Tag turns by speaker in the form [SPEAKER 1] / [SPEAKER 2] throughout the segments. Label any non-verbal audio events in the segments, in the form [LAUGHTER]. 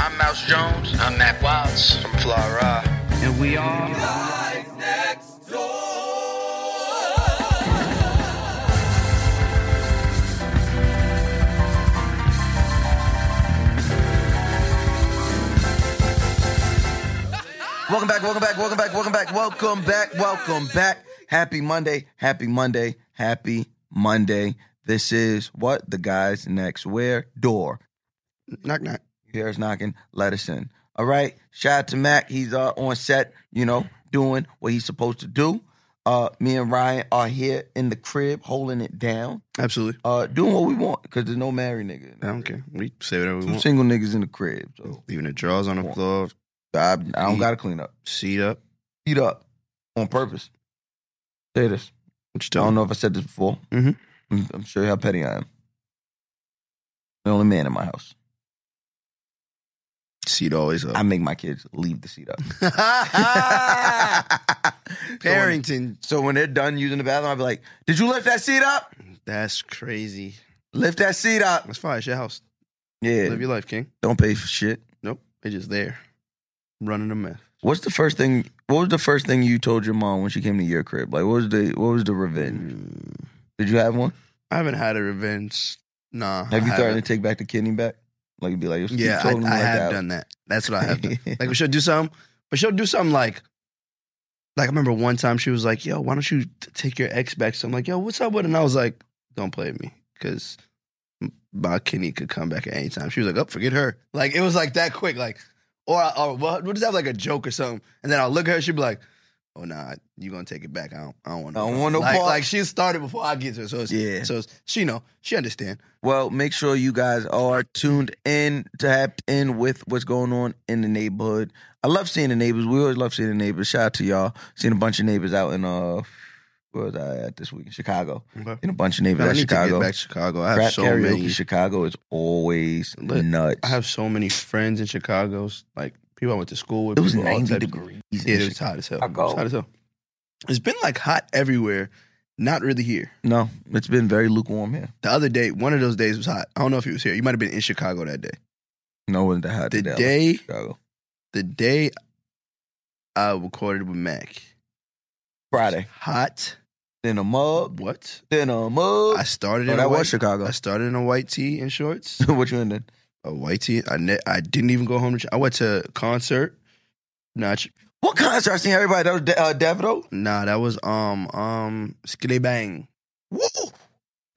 [SPEAKER 1] I'm Mouse Jones. I'm Matt Wilds. From Flora. And we are.
[SPEAKER 2] Welcome back, welcome back, welcome back, welcome back, welcome back, welcome back. Happy Monday, happy Monday, happy Monday. This is what the guys next where door.
[SPEAKER 3] Knock knock.
[SPEAKER 2] Here's knocking, let us in. All right. Shout out to Mac. He's uh, on set, you know, doing what he's supposed to do. Uh, me and Ryan are here in the crib holding it down,
[SPEAKER 3] Absolutely.
[SPEAKER 2] uh, doing what we want because there's no married nigga. in
[SPEAKER 3] I
[SPEAKER 2] there.
[SPEAKER 3] don't care. We say whatever we
[SPEAKER 2] Some
[SPEAKER 3] want.
[SPEAKER 2] single niggas in the crib. So
[SPEAKER 3] Leaving the drawers on the floor,
[SPEAKER 2] I, I don't got to clean up.
[SPEAKER 3] seat up.
[SPEAKER 2] Eat up on purpose. Say this.
[SPEAKER 3] What you
[SPEAKER 2] I don't
[SPEAKER 3] doing?
[SPEAKER 2] know if I said this before.
[SPEAKER 3] Mhm.
[SPEAKER 2] I'm, I'm sure how petty I am. The only man in my house.
[SPEAKER 3] Seat always up.
[SPEAKER 2] [LAUGHS]
[SPEAKER 3] [LAUGHS]
[SPEAKER 2] I make my kids leave the seat up.
[SPEAKER 3] Ah!
[SPEAKER 2] [LAUGHS]
[SPEAKER 3] Parenting.
[SPEAKER 2] So when they're done using the bathroom, I'll be like, "Did you lift that seat up?
[SPEAKER 3] That's crazy.
[SPEAKER 2] Lift that seat up."
[SPEAKER 3] That's fine. It's your house.
[SPEAKER 2] Yeah.
[SPEAKER 3] Live your life, King.
[SPEAKER 2] Don't pay for shit.
[SPEAKER 3] Nope. It's just there. Running a mess.
[SPEAKER 2] What's the first thing? What was the first thing you told your mom when she came to your crib? Like, what was the what was the revenge? Did you have one?
[SPEAKER 3] I haven't had a revenge. Nah.
[SPEAKER 2] Have
[SPEAKER 3] I
[SPEAKER 2] you
[SPEAKER 3] haven't.
[SPEAKER 2] threatened to take back the kidney back? Like, you'd be like, "Keep
[SPEAKER 3] Yeah, I,
[SPEAKER 2] talking to me
[SPEAKER 3] I
[SPEAKER 2] like
[SPEAKER 3] have
[SPEAKER 2] that."
[SPEAKER 3] done that. That's what I have
[SPEAKER 2] [LAUGHS]
[SPEAKER 3] done. Like she'll do something, but she'll do something like, like I remember one time she was like, "Yo, why don't you t- take your ex back?" So I'm like, "Yo, what's up with?" it?" And I was like, "Don't play with me, because my kidney could come back at any time." She was like, "Oh, forget her." Like it was like that quick. Like, or I- or what? What does that like a joke or something? And then I'll look at her. She'd be like, "Oh nah, you gonna take it back? I don't. I don't want.
[SPEAKER 2] I don't want no
[SPEAKER 3] like,
[SPEAKER 2] part.
[SPEAKER 3] Like she started before I get to it. So it's,
[SPEAKER 2] Yeah.
[SPEAKER 3] So it's, she know she understand.
[SPEAKER 2] Well, make sure you guys are tuned in, tapped in with what's going on in the neighborhood. I love seeing the neighbors. We always love seeing the neighbors. Shout out to y'all. Seen a bunch of neighbors out in uh, where was I at this week? Chicago. Seen a bunch of neighbors
[SPEAKER 3] I
[SPEAKER 2] at
[SPEAKER 3] need to
[SPEAKER 2] Chicago.
[SPEAKER 3] get back to Chicago. I have
[SPEAKER 2] Rap
[SPEAKER 3] so
[SPEAKER 2] karaoke
[SPEAKER 3] many.
[SPEAKER 2] Chicago is always
[SPEAKER 3] Look,
[SPEAKER 2] nuts.
[SPEAKER 3] I have so many friends in Chicago. Like people I went to school with.
[SPEAKER 2] it was
[SPEAKER 3] people all
[SPEAKER 2] ninety
[SPEAKER 3] types-
[SPEAKER 2] degrees. in
[SPEAKER 3] Yeah, it was
[SPEAKER 2] Chicago.
[SPEAKER 3] hot as hell.
[SPEAKER 2] Chicago.
[SPEAKER 3] It was hot as hell. It's been like hot everywhere. Not really here.
[SPEAKER 2] No, it's been very lukewarm here.
[SPEAKER 3] The other day, one of those days was hot. I don't know if he was here. You might have been in Chicago that day.
[SPEAKER 2] No, it wasn't that hot
[SPEAKER 3] The
[SPEAKER 2] today. I was
[SPEAKER 3] day-
[SPEAKER 2] in Chicago
[SPEAKER 3] The day I recorded with Mac.
[SPEAKER 2] Friday.
[SPEAKER 3] Hot.
[SPEAKER 2] Then a mug.
[SPEAKER 3] What?
[SPEAKER 2] Then a mug.
[SPEAKER 3] I started
[SPEAKER 2] Oh,
[SPEAKER 3] in
[SPEAKER 2] that
[SPEAKER 3] a
[SPEAKER 2] was
[SPEAKER 3] white-
[SPEAKER 2] Chicago. [LAUGHS]
[SPEAKER 3] I started in a white tee and shorts.
[SPEAKER 2] what you in then?
[SPEAKER 3] a white tee. I ne- I didn't even go home. To ch- I went to a concert. Not ch-
[SPEAKER 2] What concert? I seen everybody. That was Da- uh, Davido.
[SPEAKER 3] nah. That was um um Skitty Bang.
[SPEAKER 2] Woo!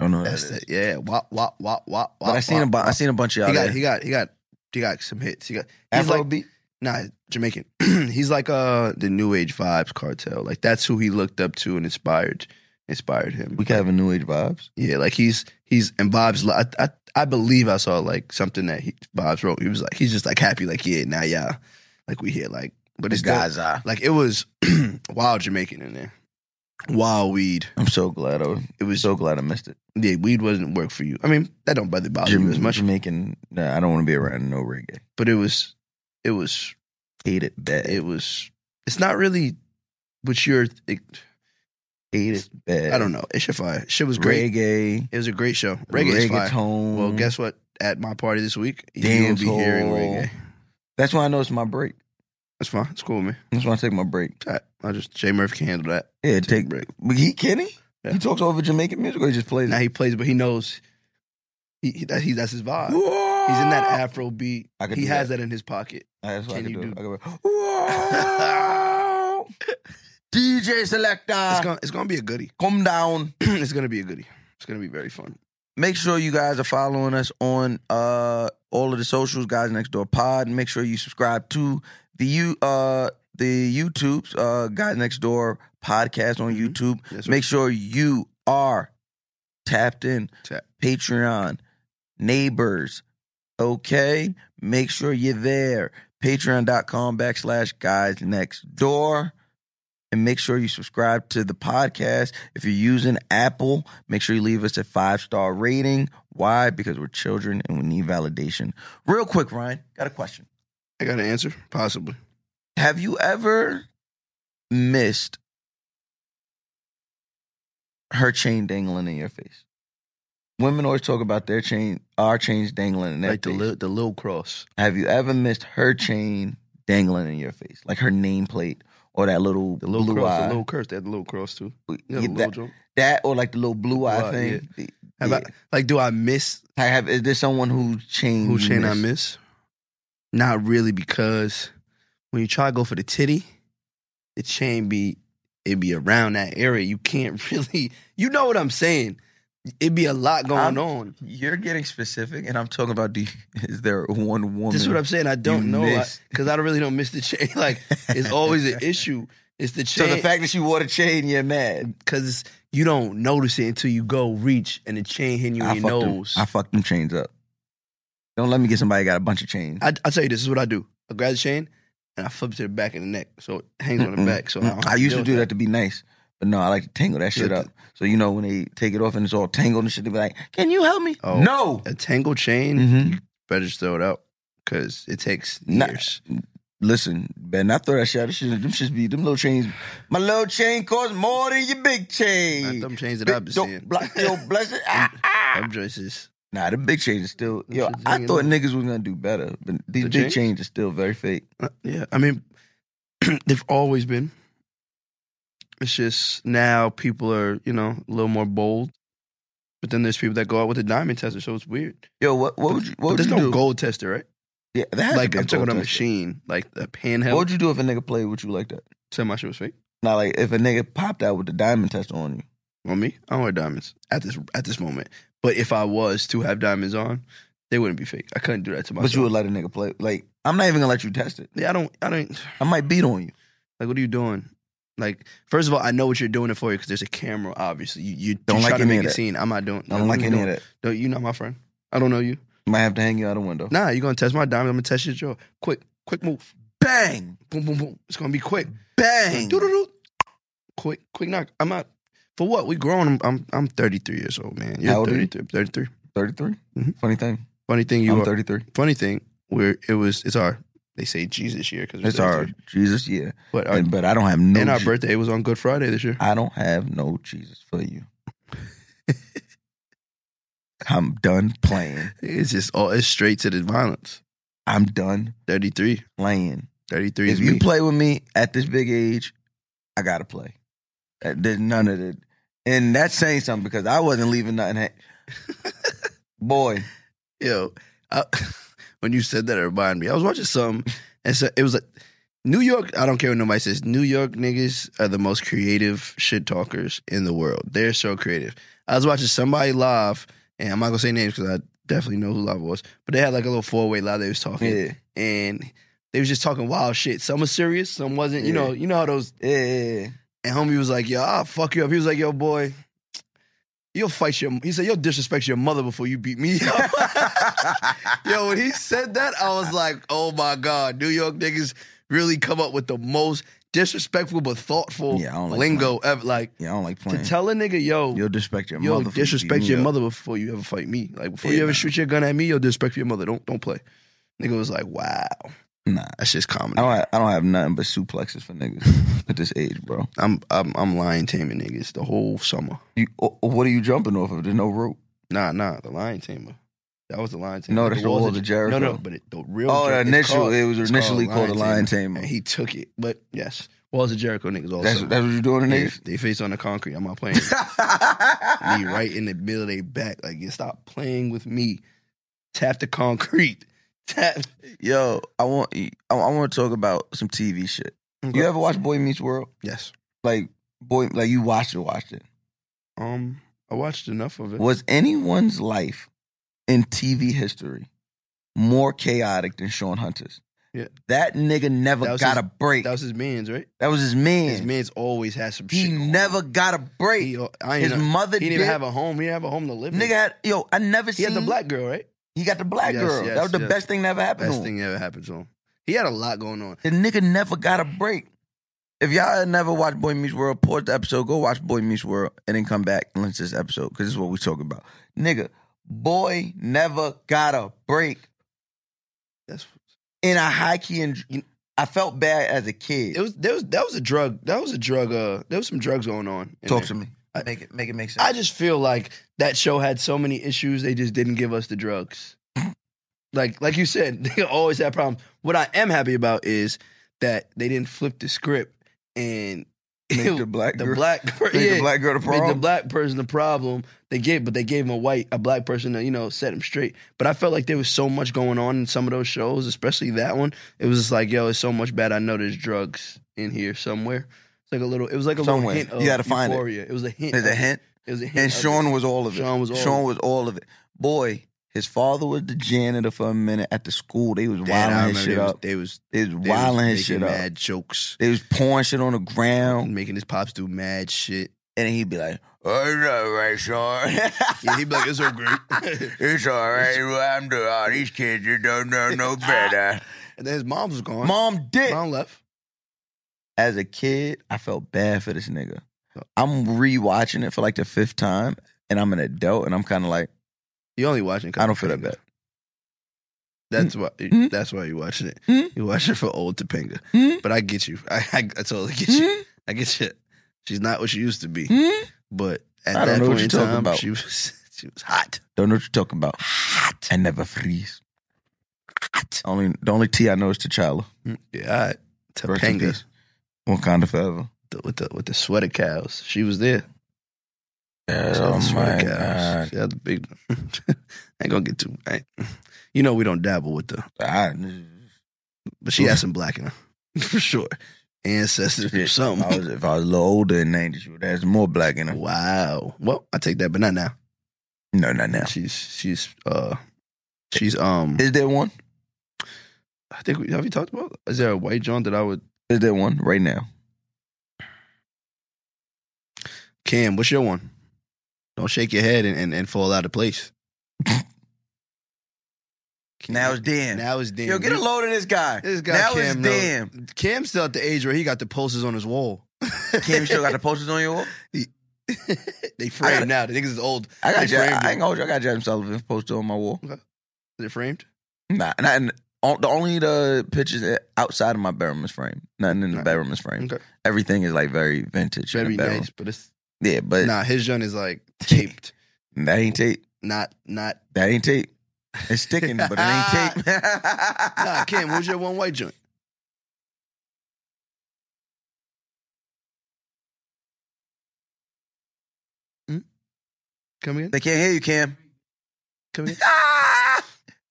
[SPEAKER 2] Don't know who that
[SPEAKER 3] That's
[SPEAKER 2] is.
[SPEAKER 3] it. Yeah. Wop wop wop wop.
[SPEAKER 2] But I seen a bu- I seen a bunch of y'all.
[SPEAKER 3] He got
[SPEAKER 2] there.
[SPEAKER 3] he got he got he got some hits. He got he's like
[SPEAKER 2] Afrobeat.
[SPEAKER 3] nah Jamaican. [CLEARS THROAT] he's like uh the New Age Vibes cartel. Like that's who he looked up to and inspired inspired him.
[SPEAKER 2] we can have a new age vibes.
[SPEAKER 3] yeah, like he's he's and Bob's. li- I I, I believe I saw like something that he, Bob's wrote. He was like he's just like happy. Like yeah, now yeah, like we here like but it's guys.
[SPEAKER 2] are.
[SPEAKER 3] Like it was [CLEARS THROAT] wild Jamaican in there. Wild weed.
[SPEAKER 2] I'm so glad. I was,
[SPEAKER 3] It was
[SPEAKER 2] so glad I missed it.
[SPEAKER 3] yeah, weed wasn't work for you. I mean, that don't bother bother Oh, you as much.
[SPEAKER 2] Jamaican. Nah, I don't want to be around no reggae.
[SPEAKER 3] but it was it was
[SPEAKER 2] Hate it bad.
[SPEAKER 3] it was it's not really what you're it,
[SPEAKER 2] hate it bad.
[SPEAKER 3] I don't know. It's your fire. Shit was great.
[SPEAKER 2] Reggae.
[SPEAKER 3] It was a great show. Reggae is fire.
[SPEAKER 2] Reggaeton.
[SPEAKER 3] Well, guess what? At my party this week,
[SPEAKER 2] Dancehall.
[SPEAKER 3] you'll be hearing reggae.
[SPEAKER 2] That's why I know it's my break.
[SPEAKER 3] That's fine. It's cool, man.
[SPEAKER 2] That's why I take my break.
[SPEAKER 3] It's all right. I just Jay Murphy can handle that.
[SPEAKER 2] Yeah,
[SPEAKER 3] Take a
[SPEAKER 2] take
[SPEAKER 3] break.
[SPEAKER 2] But he can he?
[SPEAKER 3] Yeah.
[SPEAKER 2] He talks over Jamaican music or he just plays
[SPEAKER 3] Now
[SPEAKER 2] it.
[SPEAKER 3] he plays, but he knows he, he, that, he that's his vibe.
[SPEAKER 2] Whoa!
[SPEAKER 3] He's in that Afro beat.
[SPEAKER 2] I could
[SPEAKER 3] He
[SPEAKER 2] do
[SPEAKER 3] has that. in his pocket.
[SPEAKER 2] That's what I
[SPEAKER 3] Can
[SPEAKER 2] could
[SPEAKER 3] you
[SPEAKER 2] do.
[SPEAKER 3] do-
[SPEAKER 2] I could
[SPEAKER 3] [LAUGHS]
[SPEAKER 2] go, "Whoa!" DJ
[SPEAKER 3] It's
[SPEAKER 2] Selector,
[SPEAKER 3] gonna it's gonna be a goodie. [CLEARS THROAT]
[SPEAKER 2] come down.
[SPEAKER 3] it's gonna be a goodie. It's gonna be very fun.
[SPEAKER 2] Make sure you guys are following us on uh all of the socials, guys next door pod. Make sure you subscribe to the you uh the YouTube's uh guys next door podcast on
[SPEAKER 3] Mhm.
[SPEAKER 2] YouTube.
[SPEAKER 3] Yes,
[SPEAKER 2] Make sure you are tapped in.
[SPEAKER 3] Tap.
[SPEAKER 2] Patreon, neighbors. Okay? Make sure you're there. Patreon.com backslash guys next door. And make sure you subscribe to the podcast. If you're using Apple, make sure you leave us a five star rating. Why? Because we're children and we need validation. Real quick, Ryan, got a question.
[SPEAKER 3] I got an answer, possibly.
[SPEAKER 2] Have you ever missed her chain dangling in your face? Women always talk about their chain, our chains dangling in their
[SPEAKER 3] Like the
[SPEAKER 2] face.
[SPEAKER 3] little the little cross.
[SPEAKER 2] Have you ever missed her chain dangling in your face, like her nameplate or that little,
[SPEAKER 3] The little
[SPEAKER 2] blue
[SPEAKER 3] cross.
[SPEAKER 2] eye?
[SPEAKER 3] The little curse. They had the little cross too. You
[SPEAKER 2] Yeah,
[SPEAKER 3] know, the little
[SPEAKER 2] that,
[SPEAKER 3] joke.
[SPEAKER 2] that or like the little blue eye
[SPEAKER 3] Blue eye,
[SPEAKER 2] thing. Yeah.
[SPEAKER 3] How about- Like, do I miss
[SPEAKER 2] Like, have- is there someone whose chain
[SPEAKER 3] who
[SPEAKER 2] you
[SPEAKER 3] chain I
[SPEAKER 2] missed?
[SPEAKER 3] miss? Not really, because when you try to go for the titty, the chain be it be around that area. You can't [LAUGHS] really, you know what I'm saying? It be a lot going
[SPEAKER 2] I'm-
[SPEAKER 3] on.
[SPEAKER 2] You're getting specific, and I'm talking about the. [LAUGHS] Is there one woman?
[SPEAKER 3] This is what I'm saying. I don't
[SPEAKER 2] you
[SPEAKER 3] know
[SPEAKER 2] miss.
[SPEAKER 3] because I, really don't miss the chain. [LAUGHS] Like it's always
[SPEAKER 2] [LAUGHS]
[SPEAKER 3] an issue. It's the
[SPEAKER 2] So
[SPEAKER 3] chain.
[SPEAKER 2] the fact that she wore the chain, you're mad.
[SPEAKER 3] because you don't notice it until you go reach and the chain hitting you
[SPEAKER 2] I
[SPEAKER 3] in your
[SPEAKER 2] fucked them-
[SPEAKER 3] nose.
[SPEAKER 2] I fucked them chains up. Don't let me get somebody got a bunch of chains.
[SPEAKER 3] I, I tell you, this this is what I do. I grab the chain and I flip it to the back of the neck, so it hangs on the
[SPEAKER 2] Mm-mm.
[SPEAKER 3] back. So I, don't have
[SPEAKER 2] I used to
[SPEAKER 3] deal
[SPEAKER 2] do
[SPEAKER 3] with
[SPEAKER 2] that to be nice, but no, I like to tangle that shit
[SPEAKER 3] Yeah,
[SPEAKER 2] up. So you know when they take it off and it's all tangled and shit, they be like, "Can you help me?"
[SPEAKER 3] Oh.
[SPEAKER 2] No.
[SPEAKER 3] A tangled chain,
[SPEAKER 2] hmm
[SPEAKER 3] better just throw it out because it takes
[SPEAKER 2] Nah.
[SPEAKER 3] years.
[SPEAKER 2] Listen, man, I throw that shit. out. This shit- Them shit be them little chains. My little chain costs more than your big
[SPEAKER 3] Not
[SPEAKER 2] chain.
[SPEAKER 3] them chains that I've been
[SPEAKER 2] don't
[SPEAKER 3] seeing.
[SPEAKER 2] block
[SPEAKER 3] [LAUGHS]
[SPEAKER 2] your blessing. Ah, ah.
[SPEAKER 3] them choices.
[SPEAKER 2] Nah, the big chains is still.
[SPEAKER 3] Them
[SPEAKER 2] Yo,
[SPEAKER 3] shit's
[SPEAKER 2] I
[SPEAKER 3] hanging
[SPEAKER 2] thought
[SPEAKER 3] up.
[SPEAKER 2] niggas was gonna do better, but these
[SPEAKER 3] The
[SPEAKER 2] big
[SPEAKER 3] chains?
[SPEAKER 2] chains are still very fake.
[SPEAKER 3] Uh, yeah, I mean, [CLEARS THROAT] they've always been. It's just now people are you know a little more bold, but then there's people that go out with a diamond tester, so it's weird.
[SPEAKER 2] Yo, what what would you
[SPEAKER 3] But
[SPEAKER 2] what would
[SPEAKER 3] there's
[SPEAKER 2] you
[SPEAKER 3] no
[SPEAKER 2] do?
[SPEAKER 3] gold tester, right?
[SPEAKER 2] Yeah, that has to
[SPEAKER 3] like
[SPEAKER 2] be a
[SPEAKER 3] I'm talking
[SPEAKER 2] gold
[SPEAKER 3] about a
[SPEAKER 2] tester.
[SPEAKER 3] machine, like a
[SPEAKER 2] What
[SPEAKER 3] handheld.
[SPEAKER 2] would you do if a nigga played with you like that?
[SPEAKER 3] Said my shit was fake
[SPEAKER 2] Now, like if a nigga popped out with the diamond test on you,
[SPEAKER 3] on me. I don't wear diamonds at this at this moment, but if I was to have diamonds on, they wouldn't be fake. I couldn't do that to myself.
[SPEAKER 2] but you would let a nigga play. Like I'm not even gonna let you test it.
[SPEAKER 3] yeah, I don't. I don't.
[SPEAKER 2] I might beat on you.
[SPEAKER 3] Like, what are you doing? Like, first of all, I know what you're doing it for because there's a camera. Obviously, you, you
[SPEAKER 2] Don't
[SPEAKER 3] you
[SPEAKER 2] like
[SPEAKER 3] try to
[SPEAKER 2] any
[SPEAKER 3] make
[SPEAKER 2] of
[SPEAKER 3] a
[SPEAKER 2] that.
[SPEAKER 3] scene. I'm not doing.
[SPEAKER 2] I don't like any of that.
[SPEAKER 3] Don't you not my friend? I don't know you.
[SPEAKER 2] Might have to hang you out the window.
[SPEAKER 3] Nah, you're gonna test my diamond. I'm gonna test your jaw. Quick, quick move.
[SPEAKER 2] Bang,
[SPEAKER 3] Boom, boom, boom. It's gonna be quick.
[SPEAKER 2] bang.
[SPEAKER 3] Doo-doo-doo. Quick, quick knock. I'm out. For what? We grown. I'm I'm, I'm 33 years old, man. You're
[SPEAKER 2] How old are you?
[SPEAKER 3] 33. 33.
[SPEAKER 2] Thirty
[SPEAKER 3] Mhm.
[SPEAKER 2] Funny thing,
[SPEAKER 3] Funny thing, you
[SPEAKER 2] I'm
[SPEAKER 3] are.
[SPEAKER 2] thirty three.
[SPEAKER 3] Funny thing, where it was. It's our. They say Jesus year because
[SPEAKER 2] It's our Jesus, yeah.
[SPEAKER 3] But our,
[SPEAKER 2] And, but I don't have no.
[SPEAKER 3] and our
[SPEAKER 2] Je-
[SPEAKER 3] birthday was on Good Friday this year.
[SPEAKER 2] I don't have no Jesus for
[SPEAKER 3] [LAUGHS]
[SPEAKER 2] you. I'm done playing.
[SPEAKER 3] It's just all. It's straight to the violence.
[SPEAKER 2] I'm done
[SPEAKER 3] 33.
[SPEAKER 2] playing.
[SPEAKER 3] 33
[SPEAKER 2] If
[SPEAKER 3] is
[SPEAKER 2] you
[SPEAKER 3] me.
[SPEAKER 2] play with me at this big age, I gotta play. Uh, There's none of it, and that's saying something because I wasn't leaving nothing. ha-
[SPEAKER 3] [LAUGHS]
[SPEAKER 2] Boy,
[SPEAKER 3] Yo, I, [LAUGHS] when you said that, it reminded me. I was watching something, and so it was like New York. I don't care what nobody says. New York niggas are the most creative shit talkers in the world. They're so creative. I was watching somebody live, and I'm not gonna say names because I definitely know who live was, but they had like a little four way live. They was talking,
[SPEAKER 2] yeah,
[SPEAKER 3] and they was just talking wild shit. Some was serious, some wasn't. You
[SPEAKER 2] Yeah.
[SPEAKER 3] know, you know how those
[SPEAKER 2] yeah,
[SPEAKER 3] [LAUGHS]
[SPEAKER 2] yeah,
[SPEAKER 3] and homie was like, yo, I'll fuck you up. He was like, yo, boy, you'll fight your, he said, you'll disrespect your mother before you beat me
[SPEAKER 2] [LAUGHS]
[SPEAKER 3] up. [LAUGHS] yo, when he said that, I was like, oh my God, New York niggas really come up with the most disrespectful but thoughtful
[SPEAKER 2] Yeah, I don't like
[SPEAKER 3] lingo ever. Like,
[SPEAKER 2] yeah. I don't like
[SPEAKER 3] to
[SPEAKER 2] playing.
[SPEAKER 3] tell a nigga, yo,
[SPEAKER 2] You'll disrespect your
[SPEAKER 3] yo,
[SPEAKER 2] mother. if you
[SPEAKER 3] disrespect
[SPEAKER 2] beat me
[SPEAKER 3] your
[SPEAKER 2] up.
[SPEAKER 3] mother before you ever fight me. Like, before
[SPEAKER 2] Yeah,
[SPEAKER 3] you ever
[SPEAKER 2] nah.
[SPEAKER 3] shoot your gun at me, you'll disrespect your mother. Don't, don't play. Nigga was like, wow,
[SPEAKER 2] Nah,
[SPEAKER 3] that's just comedy.
[SPEAKER 2] I don't. Have, I don't have nothing but suplexes for niggas at this age, bro.
[SPEAKER 3] I'm, I'm, I'm lion taming niggas the whole summer.
[SPEAKER 2] You, oh, what are you jumping off of? There's no rope.
[SPEAKER 3] Nah, nah, the Lion Tamer. That was the Lion Tamer.
[SPEAKER 2] No, that's the
[SPEAKER 3] Walls
[SPEAKER 2] Walls
[SPEAKER 3] of
[SPEAKER 2] of
[SPEAKER 3] Jer-
[SPEAKER 2] Jericho.
[SPEAKER 3] No, no, but it, the real.
[SPEAKER 2] oh,
[SPEAKER 3] Jer-
[SPEAKER 2] the
[SPEAKER 3] it's
[SPEAKER 2] initial.
[SPEAKER 3] called-
[SPEAKER 2] it was
[SPEAKER 3] it's
[SPEAKER 2] initially called the lion tamer.
[SPEAKER 3] And he took it, but yes, Walls of Jericho niggas also.
[SPEAKER 2] That's, that's what you're doing, to
[SPEAKER 3] they,
[SPEAKER 2] niggas.
[SPEAKER 3] they face on the concrete. I'm not playing. me right in the middle of their back. Like, you stop playing with me. Tap the concrete. [LAUGHS] Tap.
[SPEAKER 2] [LAUGHS] Yo, I want I, want to talk about some TV shit. You ever watch Boy Meets World?
[SPEAKER 3] Yes.
[SPEAKER 2] Like boy, like you watched it, watched it.
[SPEAKER 3] Um, I watched enough of it.
[SPEAKER 2] Was anyone's life in TV history more chaotic than Sean Hunter's?
[SPEAKER 3] Yeah.
[SPEAKER 2] That nigga never
[SPEAKER 3] That was
[SPEAKER 2] got
[SPEAKER 3] his-
[SPEAKER 2] a break.
[SPEAKER 3] That was his man's, right?
[SPEAKER 2] That was his man.
[SPEAKER 3] His man's always had some
[SPEAKER 2] He
[SPEAKER 3] shit. going
[SPEAKER 2] never
[SPEAKER 3] on.
[SPEAKER 2] got a break.
[SPEAKER 3] He, uh, I ain't
[SPEAKER 2] his
[SPEAKER 3] know-
[SPEAKER 2] mother
[SPEAKER 3] he didn't
[SPEAKER 2] did.
[SPEAKER 3] even have a home. He didn't have a home to live
[SPEAKER 2] nigga
[SPEAKER 3] in.
[SPEAKER 2] had yo. I never
[SPEAKER 3] He
[SPEAKER 2] seen.
[SPEAKER 3] had the black girl, right?
[SPEAKER 2] He got the black
[SPEAKER 3] Yes,
[SPEAKER 2] girl.
[SPEAKER 3] yes,
[SPEAKER 2] that was the
[SPEAKER 3] yes.
[SPEAKER 2] best thing that ever happened. to
[SPEAKER 3] Best
[SPEAKER 2] him.
[SPEAKER 3] thing that ever happened to him. He had a lot going on.
[SPEAKER 2] The nigga never got a break. If y'all had never watched Boy Meets World, pause the episode, go watch Boy Meets World, and then come back and listen to this episode because this is what we talking about. Nigga, boy never got a break.
[SPEAKER 3] That's
[SPEAKER 2] In a high key, and I felt bad as a kid.
[SPEAKER 3] it was there was that was a drug that was a drug uh there was some drugs going on. in
[SPEAKER 2] Talk
[SPEAKER 3] there.
[SPEAKER 2] to me.
[SPEAKER 3] I-
[SPEAKER 2] Make it make it make sense.
[SPEAKER 3] I just feel like that show had so many issues they just didn't give us the drugs. Like like you said, [LAUGHS] they always had problems. What I am happy about is that they didn't flip the script and [LAUGHS]
[SPEAKER 2] make the black
[SPEAKER 3] the
[SPEAKER 2] girl,
[SPEAKER 3] black per-
[SPEAKER 2] [LAUGHS] make
[SPEAKER 3] yeah,
[SPEAKER 2] the black girl the
[SPEAKER 3] made the
[SPEAKER 2] problem.
[SPEAKER 3] black person the problem. They gave but they gave him a white a black person to, you know, set him straight. But I felt like there was so much going on in some of those shows, especially that one. It was just like, yo, it's so much bad. I know there's drugs in here somewhere. It's like a little it was like a
[SPEAKER 2] Somewhere.
[SPEAKER 3] little hint of
[SPEAKER 2] You gotta find it.
[SPEAKER 3] euphoria. It. was a hint.
[SPEAKER 2] There's a
[SPEAKER 3] of it.
[SPEAKER 2] hint.
[SPEAKER 3] It was a [LAUGHS] hint
[SPEAKER 2] And
[SPEAKER 3] of it.
[SPEAKER 2] Sean was all of it.
[SPEAKER 3] Sean was all
[SPEAKER 2] Sean
[SPEAKER 3] of
[SPEAKER 2] was all of it. Boy, his father was the janitor for a minute at the school. They was
[SPEAKER 3] Dad, I
[SPEAKER 2] wilding his
[SPEAKER 3] remember
[SPEAKER 2] shit
[SPEAKER 3] they was-
[SPEAKER 2] up.
[SPEAKER 3] They was
[SPEAKER 2] They was
[SPEAKER 3] they
[SPEAKER 2] wilding
[SPEAKER 3] was
[SPEAKER 2] his shit
[SPEAKER 3] making
[SPEAKER 2] up.
[SPEAKER 3] Mad jokes,
[SPEAKER 2] They was pouring shit on the ground,
[SPEAKER 3] making his pops do mad shit.
[SPEAKER 2] and he'd be like, "Oh, "It's all right, Sean. [LAUGHS]
[SPEAKER 3] Yeah, he'd be like, "It's so great." [LAUGHS]
[SPEAKER 2] it's all right. Well, I'm doing all these kids. You don't know
[SPEAKER 3] [LAUGHS]
[SPEAKER 2] no better."
[SPEAKER 3] and then his mom was gone.
[SPEAKER 2] Mom did.
[SPEAKER 3] Mom left.
[SPEAKER 2] As a kid, I felt bad for this nigga. I'm rewatching it for like the fifth time, and I'm an adult, and I'm kind of like,
[SPEAKER 3] You only watching. 'cause
[SPEAKER 2] I don't
[SPEAKER 3] of
[SPEAKER 2] feel that
[SPEAKER 3] Topanga.
[SPEAKER 2] bad.
[SPEAKER 3] That's why.
[SPEAKER 2] Hmm?
[SPEAKER 3] That's why you watching it.
[SPEAKER 2] Hmm?
[SPEAKER 3] You watching it for old Topanga.
[SPEAKER 2] Hmm?
[SPEAKER 3] But I get you. [LAUGHS] I, I, I totally get you.
[SPEAKER 2] Hmm?
[SPEAKER 3] I get you. She's not what she used to be.
[SPEAKER 2] Hmm?
[SPEAKER 3] But at
[SPEAKER 2] I don't
[SPEAKER 3] that
[SPEAKER 2] know what
[SPEAKER 3] point
[SPEAKER 2] you're
[SPEAKER 3] in
[SPEAKER 2] talking
[SPEAKER 3] time,
[SPEAKER 2] about.
[SPEAKER 3] she was [LAUGHS] she was hot.
[SPEAKER 2] Don't know what you're talking about. I never freeze. Only the only T I know is T'Challa.
[SPEAKER 3] Hmm? Yeah, all right.
[SPEAKER 2] Rest in
[SPEAKER 3] Topanga
[SPEAKER 2] peace. Wakanda forever.
[SPEAKER 3] the- with the with the sweater cows. She was there.
[SPEAKER 2] Oh
[SPEAKER 3] She had
[SPEAKER 2] my
[SPEAKER 3] the cows.
[SPEAKER 2] god!
[SPEAKER 3] She had the big. [LAUGHS] I ain't gonna get too. I, you know we don't dabble with the, but she had some black in her [LAUGHS] for sure. Ancestors or
[SPEAKER 2] Shit. If I
[SPEAKER 3] something.
[SPEAKER 2] was, if I was a little older in the 90s, you would have more black in her.
[SPEAKER 3] Wow. Well, I take that, but not now.
[SPEAKER 2] No, not now.
[SPEAKER 3] She's she's uh she's um.
[SPEAKER 2] Is there one?
[SPEAKER 3] I think we, have you talked about? Is there a white John that I would?
[SPEAKER 2] Is there one right now?
[SPEAKER 3] Cam, what's your one? Don't shake your head and and, and fall out of place.
[SPEAKER 2] [LAUGHS] Now it's Dan.
[SPEAKER 3] Now it's Dan.
[SPEAKER 2] Yo, get a
[SPEAKER 3] We-
[SPEAKER 2] load of this guy.
[SPEAKER 3] This guy
[SPEAKER 2] now
[SPEAKER 3] Cam
[SPEAKER 2] it's
[SPEAKER 3] know-
[SPEAKER 2] damn.
[SPEAKER 3] Cam's still at the age where he got the posters on his wall. [LAUGHS]
[SPEAKER 2] Cam, you still got the posters on your wall?
[SPEAKER 3] they
[SPEAKER 2] I
[SPEAKER 3] framed
[SPEAKER 2] got it.
[SPEAKER 3] now. The niggas is old.
[SPEAKER 2] I got
[SPEAKER 3] They
[SPEAKER 2] Ja- I
[SPEAKER 3] framed
[SPEAKER 2] ain't
[SPEAKER 3] it.
[SPEAKER 2] gonna hold you. I got Jasmine Sullivan's poster on my wall.
[SPEAKER 3] They're framed.
[SPEAKER 2] Nah, not in, all, the only the pictures outside of my bedroom is framed. Nothing in the
[SPEAKER 3] Nah.
[SPEAKER 2] bedroom is framed.
[SPEAKER 3] Okay.
[SPEAKER 2] Everything is like very vintage. in
[SPEAKER 3] Very
[SPEAKER 2] the bedroom.
[SPEAKER 3] nice, but it's
[SPEAKER 2] Yeah, but
[SPEAKER 3] nah. His joint is like taped.
[SPEAKER 2] that ain't tape.
[SPEAKER 3] Not not.
[SPEAKER 2] That ain't tape. It's sticking, but it ain't tape.
[SPEAKER 3] [LAUGHS] Nah, Cam. Who's your one white joint? Hmm? Come again.
[SPEAKER 2] [LAUGHS] They can't hear you, Cam.
[SPEAKER 3] Come again. Ah!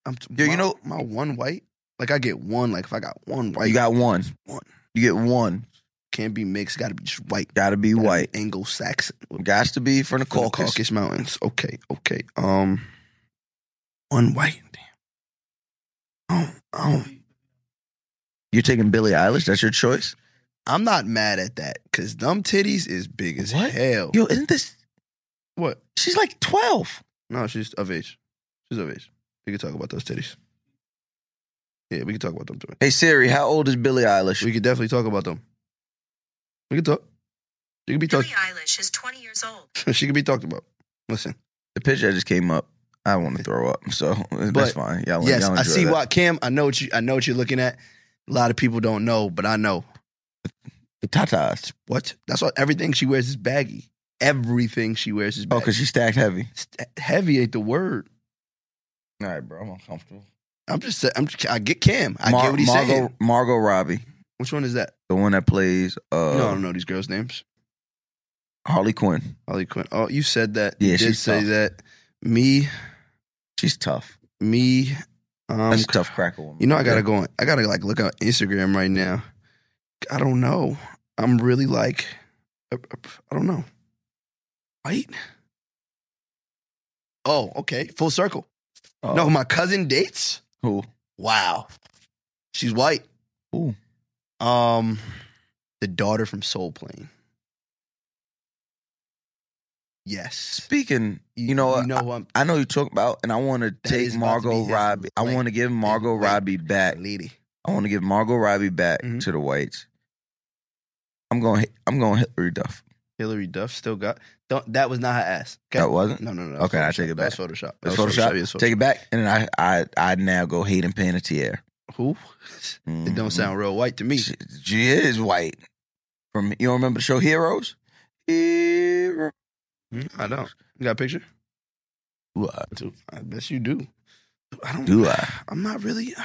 [SPEAKER 3] I'm t-
[SPEAKER 2] Yo, you
[SPEAKER 3] my-
[SPEAKER 2] know-
[SPEAKER 3] my one white. Like I get one. Like if I got one white,
[SPEAKER 2] You got one.
[SPEAKER 3] one.
[SPEAKER 2] You get one.
[SPEAKER 3] Can't be mixed. Got to be just white.
[SPEAKER 2] Gotta be white.
[SPEAKER 3] Anglo-Saxon.
[SPEAKER 2] Got to be from the
[SPEAKER 3] From the
[SPEAKER 2] Caucasus.
[SPEAKER 3] Caucasus Mountains. Okay, okay. Um, one white. Damn. I don't- I don't-
[SPEAKER 2] You're taking Billie Eilish. That's your choice.
[SPEAKER 3] I'm not mad at that because dumb titties is big as
[SPEAKER 2] What?
[SPEAKER 3] hell.
[SPEAKER 2] Yo, isn't this?
[SPEAKER 3] What?
[SPEAKER 2] She's like twelve.
[SPEAKER 3] No, she's of age. She's of age. We can talk about those titties. Yeah, we can talk about them too.
[SPEAKER 2] Hey Siri, how old is Billie Eilish?
[SPEAKER 3] We could definitely talk about them. We can talk. She could be
[SPEAKER 4] Billie
[SPEAKER 3] talked.
[SPEAKER 4] Eilish is 20 years old.
[SPEAKER 3] [LAUGHS] she could be talked about. Listen.
[SPEAKER 2] the picture that just came up. I want to throw up, so [LAUGHS] that's
[SPEAKER 3] But-
[SPEAKER 2] fine. Y'all,
[SPEAKER 3] yes,
[SPEAKER 2] y'all
[SPEAKER 3] I
[SPEAKER 2] enjoy
[SPEAKER 3] see
[SPEAKER 2] that.
[SPEAKER 3] why Cam. I know what you. I know what you're looking at. A lot of people don't know, but I know.
[SPEAKER 2] the tatas.
[SPEAKER 3] What? That's why everything she wears is baggy. Everything she wears is
[SPEAKER 2] Oh,
[SPEAKER 3] baggy.
[SPEAKER 2] because she stacked heavy.
[SPEAKER 3] St- heavy ain't the word.
[SPEAKER 2] All right, bro, I'm uncomfortable.
[SPEAKER 3] I'm just. I'm. Just, I get Cam. I get what he's
[SPEAKER 2] Margot,
[SPEAKER 3] saying.
[SPEAKER 2] Margot Robbie,
[SPEAKER 3] Which one is that?
[SPEAKER 2] the one that plays uh,
[SPEAKER 3] you don't know these girls' names.
[SPEAKER 2] Harley Quinn.
[SPEAKER 3] Holly Quinn. Oh, you said that.
[SPEAKER 2] Yeah,
[SPEAKER 3] you did
[SPEAKER 2] she's
[SPEAKER 3] say
[SPEAKER 2] tough.
[SPEAKER 3] that. Me.
[SPEAKER 2] She's tough.
[SPEAKER 3] me. Um,
[SPEAKER 2] That's tough cracker woman.
[SPEAKER 3] You know, I gotta go. On, I gotta like look up Instagram right now. I don't know. I'm really like, I I don't know. Right? Oh, okay. Full circle.
[SPEAKER 2] Oh.
[SPEAKER 3] No, my cousin dates.
[SPEAKER 2] Who?
[SPEAKER 3] Wow, she's white.
[SPEAKER 2] Ooh.
[SPEAKER 3] Um, the daughter from Soul Plane. Yes.
[SPEAKER 2] Speaking, you know, what?
[SPEAKER 3] you know who I'm
[SPEAKER 2] I know you talk about, and I want to take
[SPEAKER 3] is about to be
[SPEAKER 2] Margot
[SPEAKER 3] his
[SPEAKER 2] Robbie. I
[SPEAKER 3] late-
[SPEAKER 2] want to give Margot
[SPEAKER 3] late
[SPEAKER 2] Robbie back.
[SPEAKER 3] lady.
[SPEAKER 2] I want to give Margot Robbie back
[SPEAKER 3] Mhm.
[SPEAKER 2] to the whites. I'm going. I'm going Hillary Duff.
[SPEAKER 3] Hillary Duff still got. Don't, that was not her ass. Okay?
[SPEAKER 2] That wasn't.
[SPEAKER 3] No, no, no.
[SPEAKER 2] Okay, I take it
[SPEAKER 3] That's Photoshop. That
[SPEAKER 2] It's
[SPEAKER 3] was
[SPEAKER 2] Photoshop.
[SPEAKER 3] Yeah, it's
[SPEAKER 2] Take it back, and I, I, I now go Hayden Panettiere.
[SPEAKER 3] Who? [LAUGHS] It don't
[SPEAKER 2] Mhm.
[SPEAKER 3] sound real white to me.
[SPEAKER 2] She, she is white. From you don't remember the show Heroes? Hero.
[SPEAKER 3] Mm, I don't. You got a picture?
[SPEAKER 2] What
[SPEAKER 3] I bet you do. I don't.
[SPEAKER 2] do I?
[SPEAKER 3] I'm not really. uh,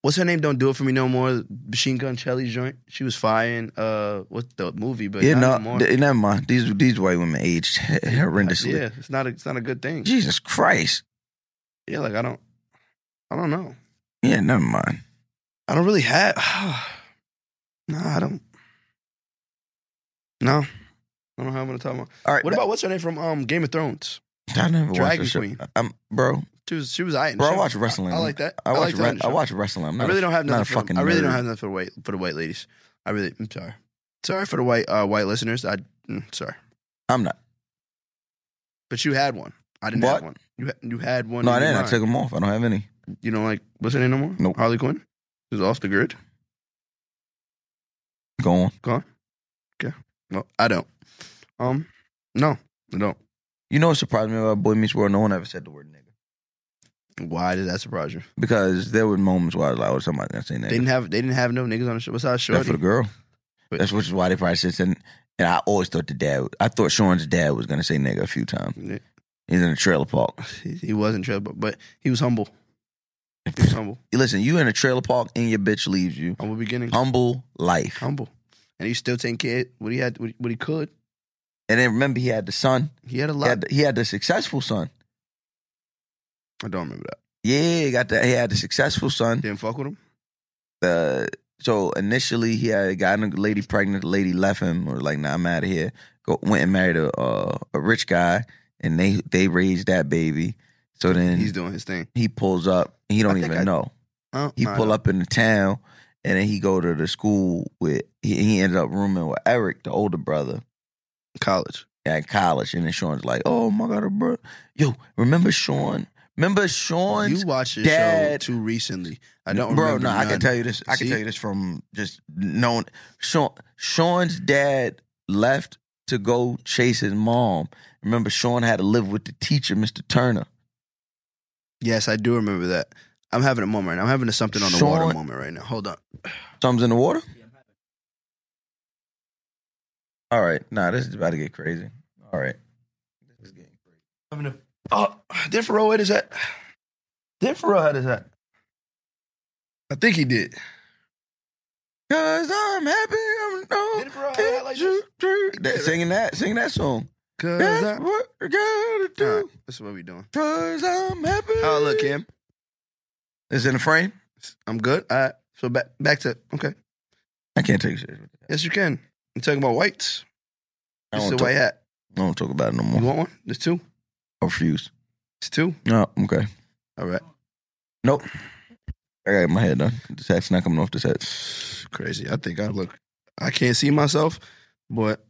[SPEAKER 3] What's her name? Don't do it for me no more. Machine Gun Kelly's joint. She was firing. Uh, what the movie? But
[SPEAKER 2] yeah,
[SPEAKER 3] not
[SPEAKER 2] no,
[SPEAKER 3] anymore.
[SPEAKER 2] th- never mind. These these white women aged horrendously.
[SPEAKER 3] Yeah, it's not. A, it's not a good thing.
[SPEAKER 2] Jesus Christ.
[SPEAKER 3] Yeah, like I don't. I don't know.
[SPEAKER 2] Yeah, never mind.
[SPEAKER 3] I don't really have. [SIGHS] no, I don't. No, I don't have what I'm talking about.
[SPEAKER 2] All right.
[SPEAKER 3] What about what's her name from um Game of Thrones?
[SPEAKER 2] I never watched
[SPEAKER 3] Dragon
[SPEAKER 2] the show.
[SPEAKER 3] Queen?
[SPEAKER 2] Um, bro,
[SPEAKER 3] She was. She was. I.
[SPEAKER 2] bro, I watch wrestling.
[SPEAKER 3] I, like that.
[SPEAKER 2] I watch.
[SPEAKER 3] like that
[SPEAKER 2] re-
[SPEAKER 3] in the
[SPEAKER 2] I
[SPEAKER 3] show.
[SPEAKER 2] watch wrestling. I'm
[SPEAKER 3] I
[SPEAKER 2] not
[SPEAKER 3] really don't have
[SPEAKER 2] a, not
[SPEAKER 3] nothing.
[SPEAKER 2] a
[SPEAKER 3] For
[SPEAKER 2] fucking.
[SPEAKER 3] the, I really don't
[SPEAKER 2] nerd.
[SPEAKER 3] have nothing for the white for the white ladies. I really. I'm sorry. Sorry for the white uh, white listeners. I mm, sorry,
[SPEAKER 2] I'm not.
[SPEAKER 3] but you had one. I didn't
[SPEAKER 2] What?
[SPEAKER 3] have one. You ha- you had one.
[SPEAKER 2] No, I
[SPEAKER 3] in your
[SPEAKER 2] didn't. I
[SPEAKER 3] mind.
[SPEAKER 2] took them off. I don't have any.
[SPEAKER 3] You don't like what's her name no more?
[SPEAKER 2] Nope.
[SPEAKER 3] Harley Quinn. She's off the grid.
[SPEAKER 2] Go on.
[SPEAKER 3] Well, I don't. Um, no, I don't.
[SPEAKER 2] You know what surprised me about Boy Meets World? No one ever said the word nigga.
[SPEAKER 3] Why did that surprise you?
[SPEAKER 2] Because there were moments where I was like, oh, somebody's going to say nigga.
[SPEAKER 3] They didn't have they didn't have no niggas on the show besides
[SPEAKER 2] That's
[SPEAKER 3] Shorty.
[SPEAKER 2] for the girl.
[SPEAKER 3] But-
[SPEAKER 2] That's which is why they probably said, and, and I always thought the dad, I thought Sean's dad was going to say nigga a few times.
[SPEAKER 3] Yeah.
[SPEAKER 2] He's in a trailer park.
[SPEAKER 3] He, he wasn't trouble, but he was humble. He was humble.
[SPEAKER 2] Listen, you in a trailer park and your bitch leaves you.
[SPEAKER 3] Humble beginning.
[SPEAKER 2] Humble life.
[SPEAKER 3] Humble. And he's still taking care of what he had, what he- what he could.
[SPEAKER 2] And then remember, he had the son.
[SPEAKER 3] He had a
[SPEAKER 2] He
[SPEAKER 3] lot.
[SPEAKER 2] had the, he had the successful son.
[SPEAKER 3] I don't remember that.
[SPEAKER 2] Yeah, he got that. He had the successful son.
[SPEAKER 3] Didn't fuck with him.
[SPEAKER 2] The so initially he had gotten a lady pregnant. The lady left him. Or like, nah, I'm out of here. Go, went and married a uh, a rich guy, and they they raised that baby. So then
[SPEAKER 3] He's doing his thing.
[SPEAKER 2] he pulls up. He don't
[SPEAKER 3] I think
[SPEAKER 2] even
[SPEAKER 3] I-
[SPEAKER 2] know.
[SPEAKER 3] Oh,
[SPEAKER 2] He
[SPEAKER 3] nah,
[SPEAKER 2] pull
[SPEAKER 3] nah.
[SPEAKER 2] up in the town, and then he go to the school with. He, he ended up rooming with Eric, the older brother,
[SPEAKER 3] college.
[SPEAKER 2] at college. And then Sean's like, "Oh my god, bro, yo, remember Sean? Remember Sean's
[SPEAKER 3] You watched his
[SPEAKER 2] dad-
[SPEAKER 3] show too recently. I don't
[SPEAKER 2] bro,
[SPEAKER 3] remember.
[SPEAKER 2] no, I can
[SPEAKER 3] none.
[SPEAKER 2] tell you this. I can
[SPEAKER 3] See?
[SPEAKER 2] tell you this from just knowing Sean. Sean's dad left to go chase his mom. Remember, Sean had to live with the teacher, Mr. Turner.
[SPEAKER 3] Yes, I do remember that. I'm having a moment right now. I'm having a something on the water
[SPEAKER 2] Sean-
[SPEAKER 3] moment right now. Hold on.
[SPEAKER 2] Thumbs in the water. All right, nah, this is about to get crazy. All right, this is getting crazy.
[SPEAKER 3] Having a- Oh, did Pharrell hit his hat? Did Pharrell hit his hat? I think he did.
[SPEAKER 2] Cause I'm happy, I'm
[SPEAKER 3] Did Pharrell hit his hat like this?
[SPEAKER 2] That, singing that, singing that song.
[SPEAKER 3] Cause
[SPEAKER 2] That's
[SPEAKER 3] I-
[SPEAKER 2] what I gotta
[SPEAKER 3] All
[SPEAKER 2] do.
[SPEAKER 3] right, this is what we doing.
[SPEAKER 2] Cause I'm happy.
[SPEAKER 3] Oh, look, Kim.
[SPEAKER 2] It's in the frame.
[SPEAKER 3] I'm good. All right. So back back to okay.
[SPEAKER 2] I can't take shit. with that.
[SPEAKER 3] Yes, you can. I'm talking about whites.
[SPEAKER 2] I
[SPEAKER 3] It's
[SPEAKER 2] don't
[SPEAKER 3] the
[SPEAKER 2] talk-
[SPEAKER 3] white hat.
[SPEAKER 2] I don't talk about it no
[SPEAKER 3] You
[SPEAKER 2] more.
[SPEAKER 3] want one? There's two.
[SPEAKER 2] I refuse.
[SPEAKER 3] It's two.
[SPEAKER 2] No, okay.
[SPEAKER 3] All right.
[SPEAKER 2] Nope. I got my head done. This hat's not coming off this hat.
[SPEAKER 3] [SIGHS] Crazy. I think I look. I can't see myself, but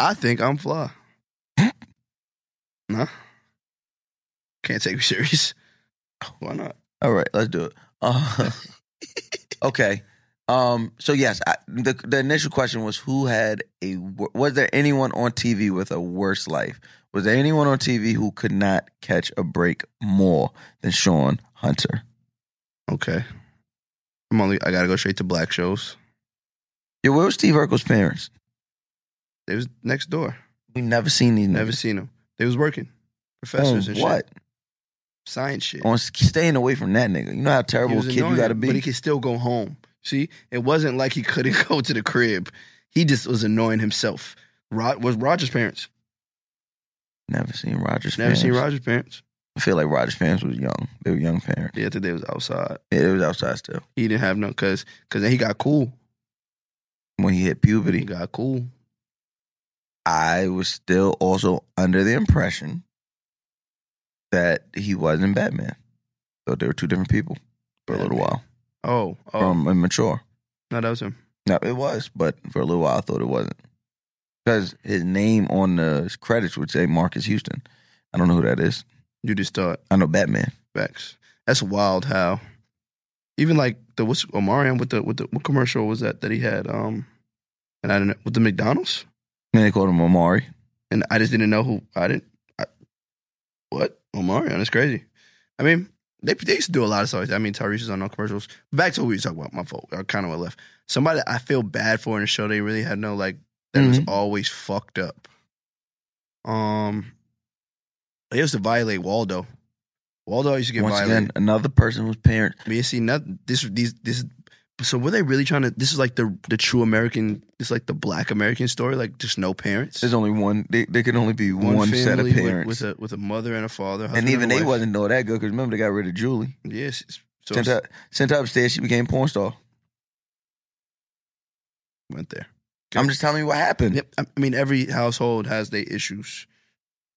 [SPEAKER 3] I think I'm fly. nah. Can't take me [LAUGHS] serious. Why not?
[SPEAKER 2] All right, let's do it. Uh, [LAUGHS] okay. Um. So yes, I, the the initial question was who had a wor- was there anyone on TV with a worse life? Was there anyone on TV who could not catch a break more than Sean Hunter?
[SPEAKER 3] Okay. I'm only. I gotta go straight to black shows.
[SPEAKER 2] Yo, where was Steve Urkel's parents?
[SPEAKER 3] They was next door.
[SPEAKER 2] We never seen these.
[SPEAKER 3] Never
[SPEAKER 2] niggas.
[SPEAKER 3] seen them. They was working.
[SPEAKER 2] on
[SPEAKER 3] Professors and shit.
[SPEAKER 2] what?
[SPEAKER 3] Science shit.
[SPEAKER 2] On s- staying away from that nigga. You know how
[SPEAKER 3] He
[SPEAKER 2] terrible a
[SPEAKER 3] was
[SPEAKER 2] kid you
[SPEAKER 3] annoying,
[SPEAKER 2] gotta
[SPEAKER 3] But
[SPEAKER 2] be.
[SPEAKER 3] he could still go home. See, it wasn't like he couldn't [LAUGHS] go to the crib. He just was annoying himself. Rod was Roger's parents.
[SPEAKER 2] never seen Rogers.
[SPEAKER 3] Never seen
[SPEAKER 2] parents.
[SPEAKER 3] Roger's parents.
[SPEAKER 2] I feel like Roger's parents was young. They were young parents.
[SPEAKER 3] Yeah, I think they was outside.
[SPEAKER 2] Yeah, they was outside still
[SPEAKER 3] He didn't have no cause cause then he got cool.
[SPEAKER 2] when he hit
[SPEAKER 3] He
[SPEAKER 2] puberty.
[SPEAKER 3] got cool.
[SPEAKER 2] I was still also under the impression that he wasn't Batman. So they were two different people for a little while.
[SPEAKER 3] Oh, oh
[SPEAKER 2] From immature.
[SPEAKER 3] no, that was him.
[SPEAKER 2] No, it was, but for a little while I thought it wasn't. Because his name on the credits would say Marcus Houston. I don't know who that is.
[SPEAKER 3] You just thought
[SPEAKER 2] I know Batman.
[SPEAKER 3] Facts. That's wild how even like the what's Omarion with the with the what commercial was that that he had? Um and I didn't with the McDonald's?
[SPEAKER 2] And they called him Omari.
[SPEAKER 3] And I just didn't know who I didn't I, what? Omarion, that's crazy. I mean, they they used to do a lot of stuff like that. I mean Tyrese was on no commercials. Back to what we were talking about, my fault. I kinda went left. Somebody that I feel bad for in the show they really had no like that was
[SPEAKER 2] Mm-hmm.
[SPEAKER 3] always fucked up. Um it used to violate Waldo. Waldo used to get
[SPEAKER 2] Once
[SPEAKER 3] violated.
[SPEAKER 2] again, another person whose parent.
[SPEAKER 3] I mean, see, not this, these, this. So were they really trying to? This is like the the true American. It's like the Black American story, like just no parents.
[SPEAKER 2] There's only one. They, they can only be one, set of
[SPEAKER 3] family with-
[SPEAKER 2] parents.
[SPEAKER 3] with, a with a mother and a father, husband
[SPEAKER 2] and even
[SPEAKER 3] and
[SPEAKER 2] they
[SPEAKER 3] wife.
[SPEAKER 2] wasn't all that good because remember they got rid of Julie.
[SPEAKER 3] Yes, it's- so
[SPEAKER 2] Sent
[SPEAKER 3] it's-
[SPEAKER 2] her, sent her upstairs. She became a porn star.
[SPEAKER 3] went there.
[SPEAKER 2] I'm just telling you what happened.
[SPEAKER 3] Yep. I I mean, every household has their issues,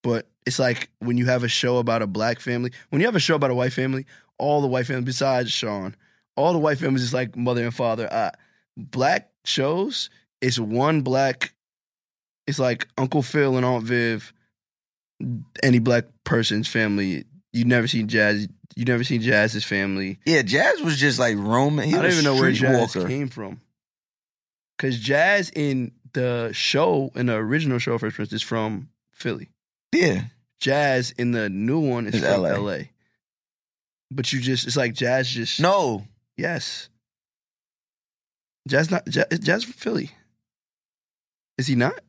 [SPEAKER 3] but it's like when you have a show about a black family, when you have a show about a white family, all the white families besides Sean, all the white families is like mother and father. Uh, black shows, it's one black. It's like Uncle Phil and Aunt Viv. Any black person's family, you never seen Jazz. You never seen Jazz's family.
[SPEAKER 2] Yeah, Jazz was just like roaming. He
[SPEAKER 3] I don't
[SPEAKER 2] was
[SPEAKER 3] even know where Jazz
[SPEAKER 2] streetwalker.
[SPEAKER 3] came from. Because Jazz in the show, in the original show, First Prince, is from Philly.
[SPEAKER 2] Yeah,
[SPEAKER 3] Jazz in the new one is
[SPEAKER 2] It's
[SPEAKER 3] from LA.
[SPEAKER 2] LA.
[SPEAKER 3] But you just, it's like Jazz just.
[SPEAKER 2] no,
[SPEAKER 3] Yes. Jazz not, Jazz, Jazz from Philly. Is he not?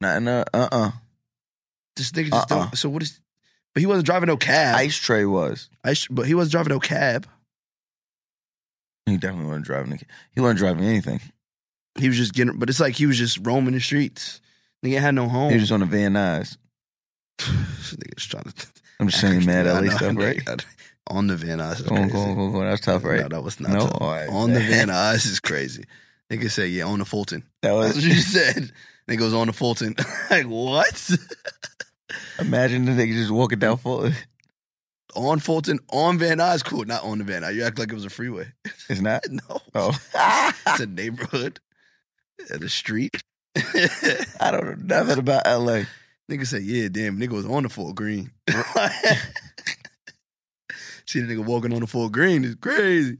[SPEAKER 2] not in a uh uh.
[SPEAKER 3] This nigga just
[SPEAKER 2] Uh-uh.
[SPEAKER 3] don't. So what is. But he wasn't driving no cab.
[SPEAKER 2] Ice Tray was.
[SPEAKER 3] Ice- but he wasn't driving no cab.
[SPEAKER 2] He definitely wasn't driving. the- He wasn't driving anything.
[SPEAKER 3] He was just getting, but it's like he was just roaming the streets. Nigga had no home.
[SPEAKER 2] He was just on the Van Nuys.
[SPEAKER 3] [SIGHS] This nigga's trying to.
[SPEAKER 2] I'm just saying,
[SPEAKER 3] [LAUGHS]
[SPEAKER 2] mad
[SPEAKER 3] Yeah, I
[SPEAKER 2] LA
[SPEAKER 3] know,
[SPEAKER 2] stuff,
[SPEAKER 3] I know,
[SPEAKER 2] right?
[SPEAKER 3] I know. [LAUGHS] On the Van Nuys is
[SPEAKER 2] Go on,
[SPEAKER 3] crazy.
[SPEAKER 2] go on, go on, go on. That's tough, right?
[SPEAKER 3] No, that was not.
[SPEAKER 2] No, [LAUGHS]
[SPEAKER 3] tough.
[SPEAKER 2] all right.
[SPEAKER 3] on the Van Nuys is crazy. Nigga said, yeah, on the Fulton. [LAUGHS]
[SPEAKER 2] That
[SPEAKER 3] That's
[SPEAKER 2] was [LAUGHS]
[SPEAKER 3] what you said. Nigga goes on the Fulton. [LAUGHS] like, what? [LAUGHS]
[SPEAKER 2] Imagine the nigga just walking down Fulton.
[SPEAKER 3] on Fulton, on Van Nuys? Cool, not on the Van Nuys. You act like it was a freeway. [LAUGHS]
[SPEAKER 2] It's not.
[SPEAKER 3] no.
[SPEAKER 2] Oh, [LAUGHS]
[SPEAKER 3] It's a neighborhood. [LAUGHS] And a street. [LAUGHS]
[SPEAKER 2] [LAUGHS]
[SPEAKER 3] Nigga
[SPEAKER 2] I don't know nothing about LA.
[SPEAKER 3] said, yeah, damn, nigga was on the Fort Green. [LAUGHS] See the nigga walking on the full green is crazy.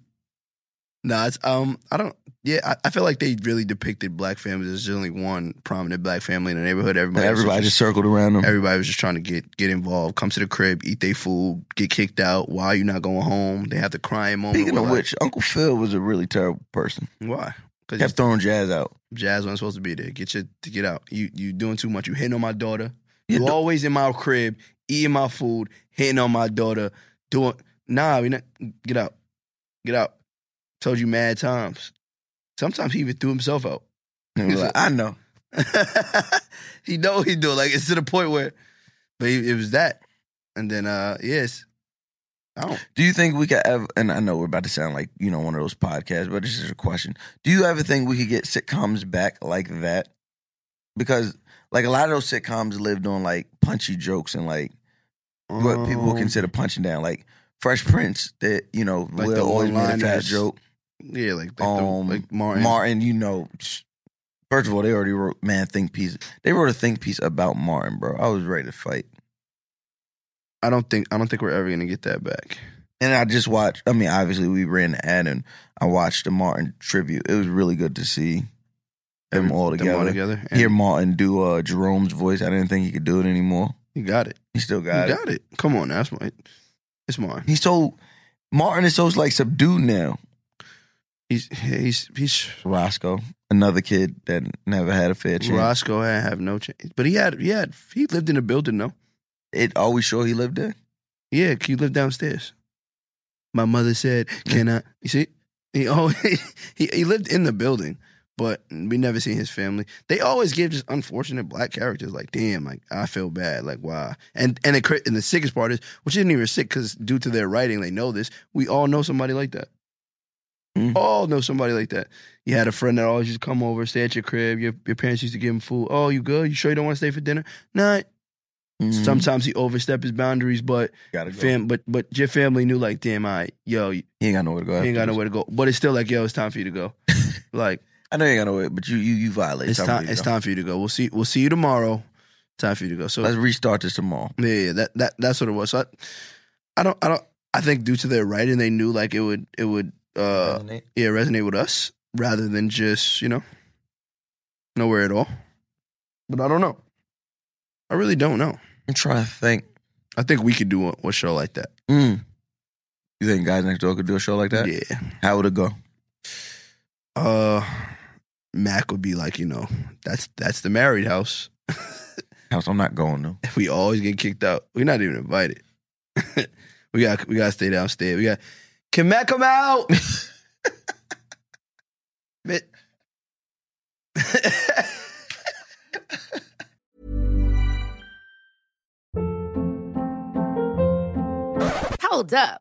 [SPEAKER 3] Nah, it's um, I don't. Yeah, I, I feel like they really depicted black families as only one prominent black family in the neighborhood. Everybody, was
[SPEAKER 2] Everybody just circled around him.
[SPEAKER 3] everybody was just trying to get get involved, come to the crib, eat their food, get kicked out. Why are you not going home? They have the crying moment.
[SPEAKER 2] Speaking
[SPEAKER 3] where
[SPEAKER 2] of
[SPEAKER 3] like,
[SPEAKER 2] which, Uncle Phil was a really terrible person.
[SPEAKER 3] why? Because
[SPEAKER 2] Kept throwing jazz out.
[SPEAKER 3] Jazz wasn't supposed to be there. Get your to get out. You you doing too much. You hitting on my daughter.
[SPEAKER 2] Yeah,
[SPEAKER 3] You
[SPEAKER 2] no-
[SPEAKER 3] always in my crib, eating my food, hitting on my daughter, doing nah, we not get out. Get out. Told you mad times. Sometimes he even threw himself out. [LAUGHS]
[SPEAKER 2] And we're like, I know.
[SPEAKER 3] he know he do it. Like it's to the point where but it, it was that. And then uh yes. I don't
[SPEAKER 2] Do you think we could ever? And I know we're about to sound like you know one of those podcasts, but this is a question. Do you ever think we could get sitcoms back like that? Because like a lot of those sitcoms lived on like punchy jokes and like what people would
[SPEAKER 3] Um,
[SPEAKER 2] consider punching down, like Fresh Prince. That you know,
[SPEAKER 3] Like the
[SPEAKER 2] Will always made a fat
[SPEAKER 3] one-liners.
[SPEAKER 2] joke.
[SPEAKER 3] Yeah, like, like, the-
[SPEAKER 2] Um,
[SPEAKER 3] like
[SPEAKER 2] Martin.
[SPEAKER 3] Martin.
[SPEAKER 2] you know, first of all, they already wrote man think piece. They wrote a think piece about Martin, bro. I was ready to fight,
[SPEAKER 3] I don't think I don't think we're ever gonna get that back.
[SPEAKER 2] and I just watched. I mean, obviously, we ran the ad, and I watched the Martin tribute. It was really good to see them all
[SPEAKER 3] Them all
[SPEAKER 2] together.
[SPEAKER 3] together. And
[SPEAKER 2] Hear Martin do uh, Jerome's voice. I didn't think he could do it anymore.
[SPEAKER 3] you got it.
[SPEAKER 2] He still got,
[SPEAKER 3] You
[SPEAKER 2] it.
[SPEAKER 3] got it. Come on, now. that's my. It's mine.
[SPEAKER 2] He's so Martin is so like subdued now.
[SPEAKER 3] He's he's he's
[SPEAKER 2] Roscoe, another kid that never had a fair chance.
[SPEAKER 3] Roscoe had have no chance, but he had he had he lived in a building though.
[SPEAKER 2] it always sure he lived there.
[SPEAKER 3] Yeah, he lived downstairs. [LAUGHS] My mother said, "Can I?" You see, he always he he lived in the building, but we never seen his family. They always give just unfortunate black characters. Like, damn, like I feel bad. Like, wow. And and the cra- and the sickest part is, which isn't even sick because due to their writing, they know this. We all know somebody like that.
[SPEAKER 2] Mhm.
[SPEAKER 3] All know somebody like that. You had a friend that always used to come over, stay at your crib. Your your parents used to give him food. Oh, you good? You sure you don't want to stay for dinner? Nah.
[SPEAKER 2] Mhm.
[SPEAKER 3] Sometimes he overstepped his boundaries, but
[SPEAKER 2] Gotta go.
[SPEAKER 3] fam, but but your family knew like, damn, I yo, you
[SPEAKER 2] He ain't got nowhere to go.
[SPEAKER 3] ain't got
[SPEAKER 2] after this.
[SPEAKER 3] nowhere to go. But it's still like, yo, it's time for you to go. [LAUGHS] like.
[SPEAKER 2] I know you ain't got nowhere, but you you you violate.
[SPEAKER 3] It's time. It's time for you to go. We'll see. We'll see you tomorrow. Time for you to go. So
[SPEAKER 2] Let's restart this tomorrow.
[SPEAKER 3] yeah, yeah, that that that's what it was. So I, I don't. I don't. I think due to their writing, they knew like it would. It would. uh Yeah, resonate with us rather than just you know nowhere at all. But I don't know. I really don't know.
[SPEAKER 2] I'm trying to think.
[SPEAKER 3] I think we could do a, a show like that.
[SPEAKER 2] Mm. You think guys next door could do a show like that?
[SPEAKER 3] Yeah.
[SPEAKER 2] How would it go?
[SPEAKER 3] Uh, Mac would be like, you know, that's that's the married house. [LAUGHS]
[SPEAKER 2] House, I'm not going though.
[SPEAKER 3] we always get kicked out. We're not even invited. [LAUGHS] we got we got to stay downstairs. We got can Matt come out? [LAUGHS] Bit-
[SPEAKER 5] Hold up.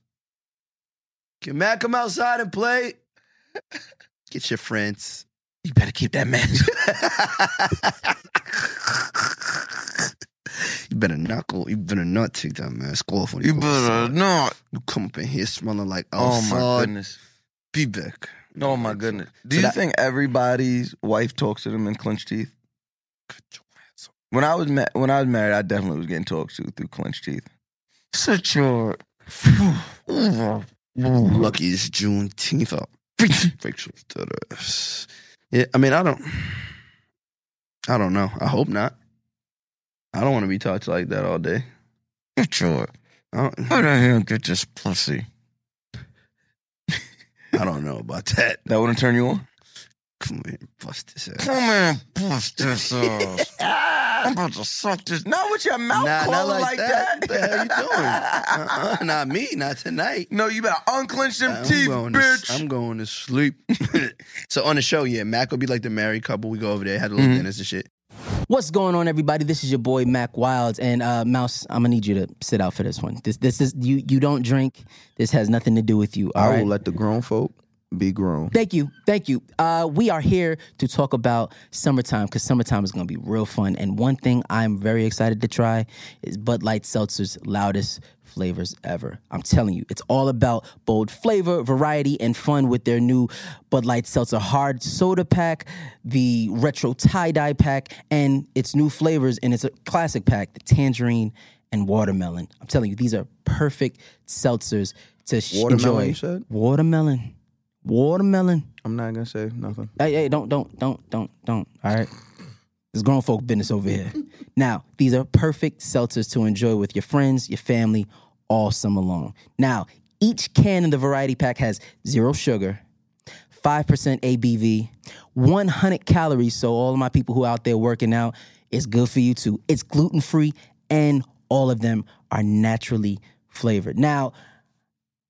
[SPEAKER 3] can Matt come outside and play? [LAUGHS] Get your friends.
[SPEAKER 2] You better keep that man.
[SPEAKER 3] [LAUGHS] You better knuckle. You better not take that man. Score for
[SPEAKER 2] you better not.
[SPEAKER 3] You come up in here smelling like
[SPEAKER 2] Oh my
[SPEAKER 3] outside.
[SPEAKER 2] goodness.
[SPEAKER 3] Be back.
[SPEAKER 2] Oh my goodness. Do
[SPEAKER 3] So
[SPEAKER 2] you
[SPEAKER 3] that-
[SPEAKER 2] think everybody's wife talks to them in clenched teeth? When I was ma- when I was married, I definitely was getting talked to through clenched teeth. Such your
[SPEAKER 3] Lucky it's
[SPEAKER 2] [LAUGHS]
[SPEAKER 3] Juneteenth. I'll break some to this. Yeah, I mean, I don't, I don't know. I hope not. I don't want to be talked to like that all day.
[SPEAKER 2] Get your
[SPEAKER 3] I don't,
[SPEAKER 2] out of here and get this pussy.
[SPEAKER 3] I don't know about that.
[SPEAKER 2] That wouldn't turn you on?
[SPEAKER 3] Come here, bust this ass.
[SPEAKER 2] Come here and bust this [LAUGHS] ass. I'm about to suck this. Not with your mouth
[SPEAKER 3] Nah, not
[SPEAKER 2] closed
[SPEAKER 3] like,
[SPEAKER 2] like, that.
[SPEAKER 3] that. What the hell you doing? Uh-uh, not me. Not tonight.
[SPEAKER 2] No, you better unclench them
[SPEAKER 3] I'm
[SPEAKER 2] teeth,
[SPEAKER 3] going
[SPEAKER 2] bitch.
[SPEAKER 3] To, I'm going to sleep. [LAUGHS] so on the show, yeah, Mac will be like the married couple. We go over there, had a little
[SPEAKER 2] Mhm.
[SPEAKER 3] dinners and shit.
[SPEAKER 6] What's going on, everybody? This is your boy Mac Wilds and uh, Mouse. I'm gonna need you to sit out for this one. This this is you. You don't drink. This has nothing to do with you. All
[SPEAKER 7] I
[SPEAKER 6] right.
[SPEAKER 7] will let the grown folk be grown.
[SPEAKER 6] Thank you. Thank you. Uh, we are here to talk about summertime because summertime is going to be real fun. And one thing I'm very excited to try is Bud Light Seltzer's loudest flavors ever. I'm telling you, it's all about bold flavor, variety, and fun with their new Bud Light Seltzer Hard Soda Pack, the Retro Tie Dye Pack, and its new flavors in its classic pack, the Tangerine and Watermelon. I'm telling you, these are perfect seltzers to sh-
[SPEAKER 7] Watermelon,
[SPEAKER 6] enjoy.
[SPEAKER 7] you said?
[SPEAKER 6] Watermelon watermelon.
[SPEAKER 7] I'm not gonna say nothing.
[SPEAKER 6] Hey, hey, don't, don't, don't, don't, don't. All right. It's grown folk business over here. now, these are perfect seltzers to enjoy with your friends, your family, all summer long. Now, each can in the variety pack has zero sugar, 5% ABV, 100 calories. So, all of my people who are out there working out, it's good for you too. It's gluten free, and all of them are naturally flavored. Now,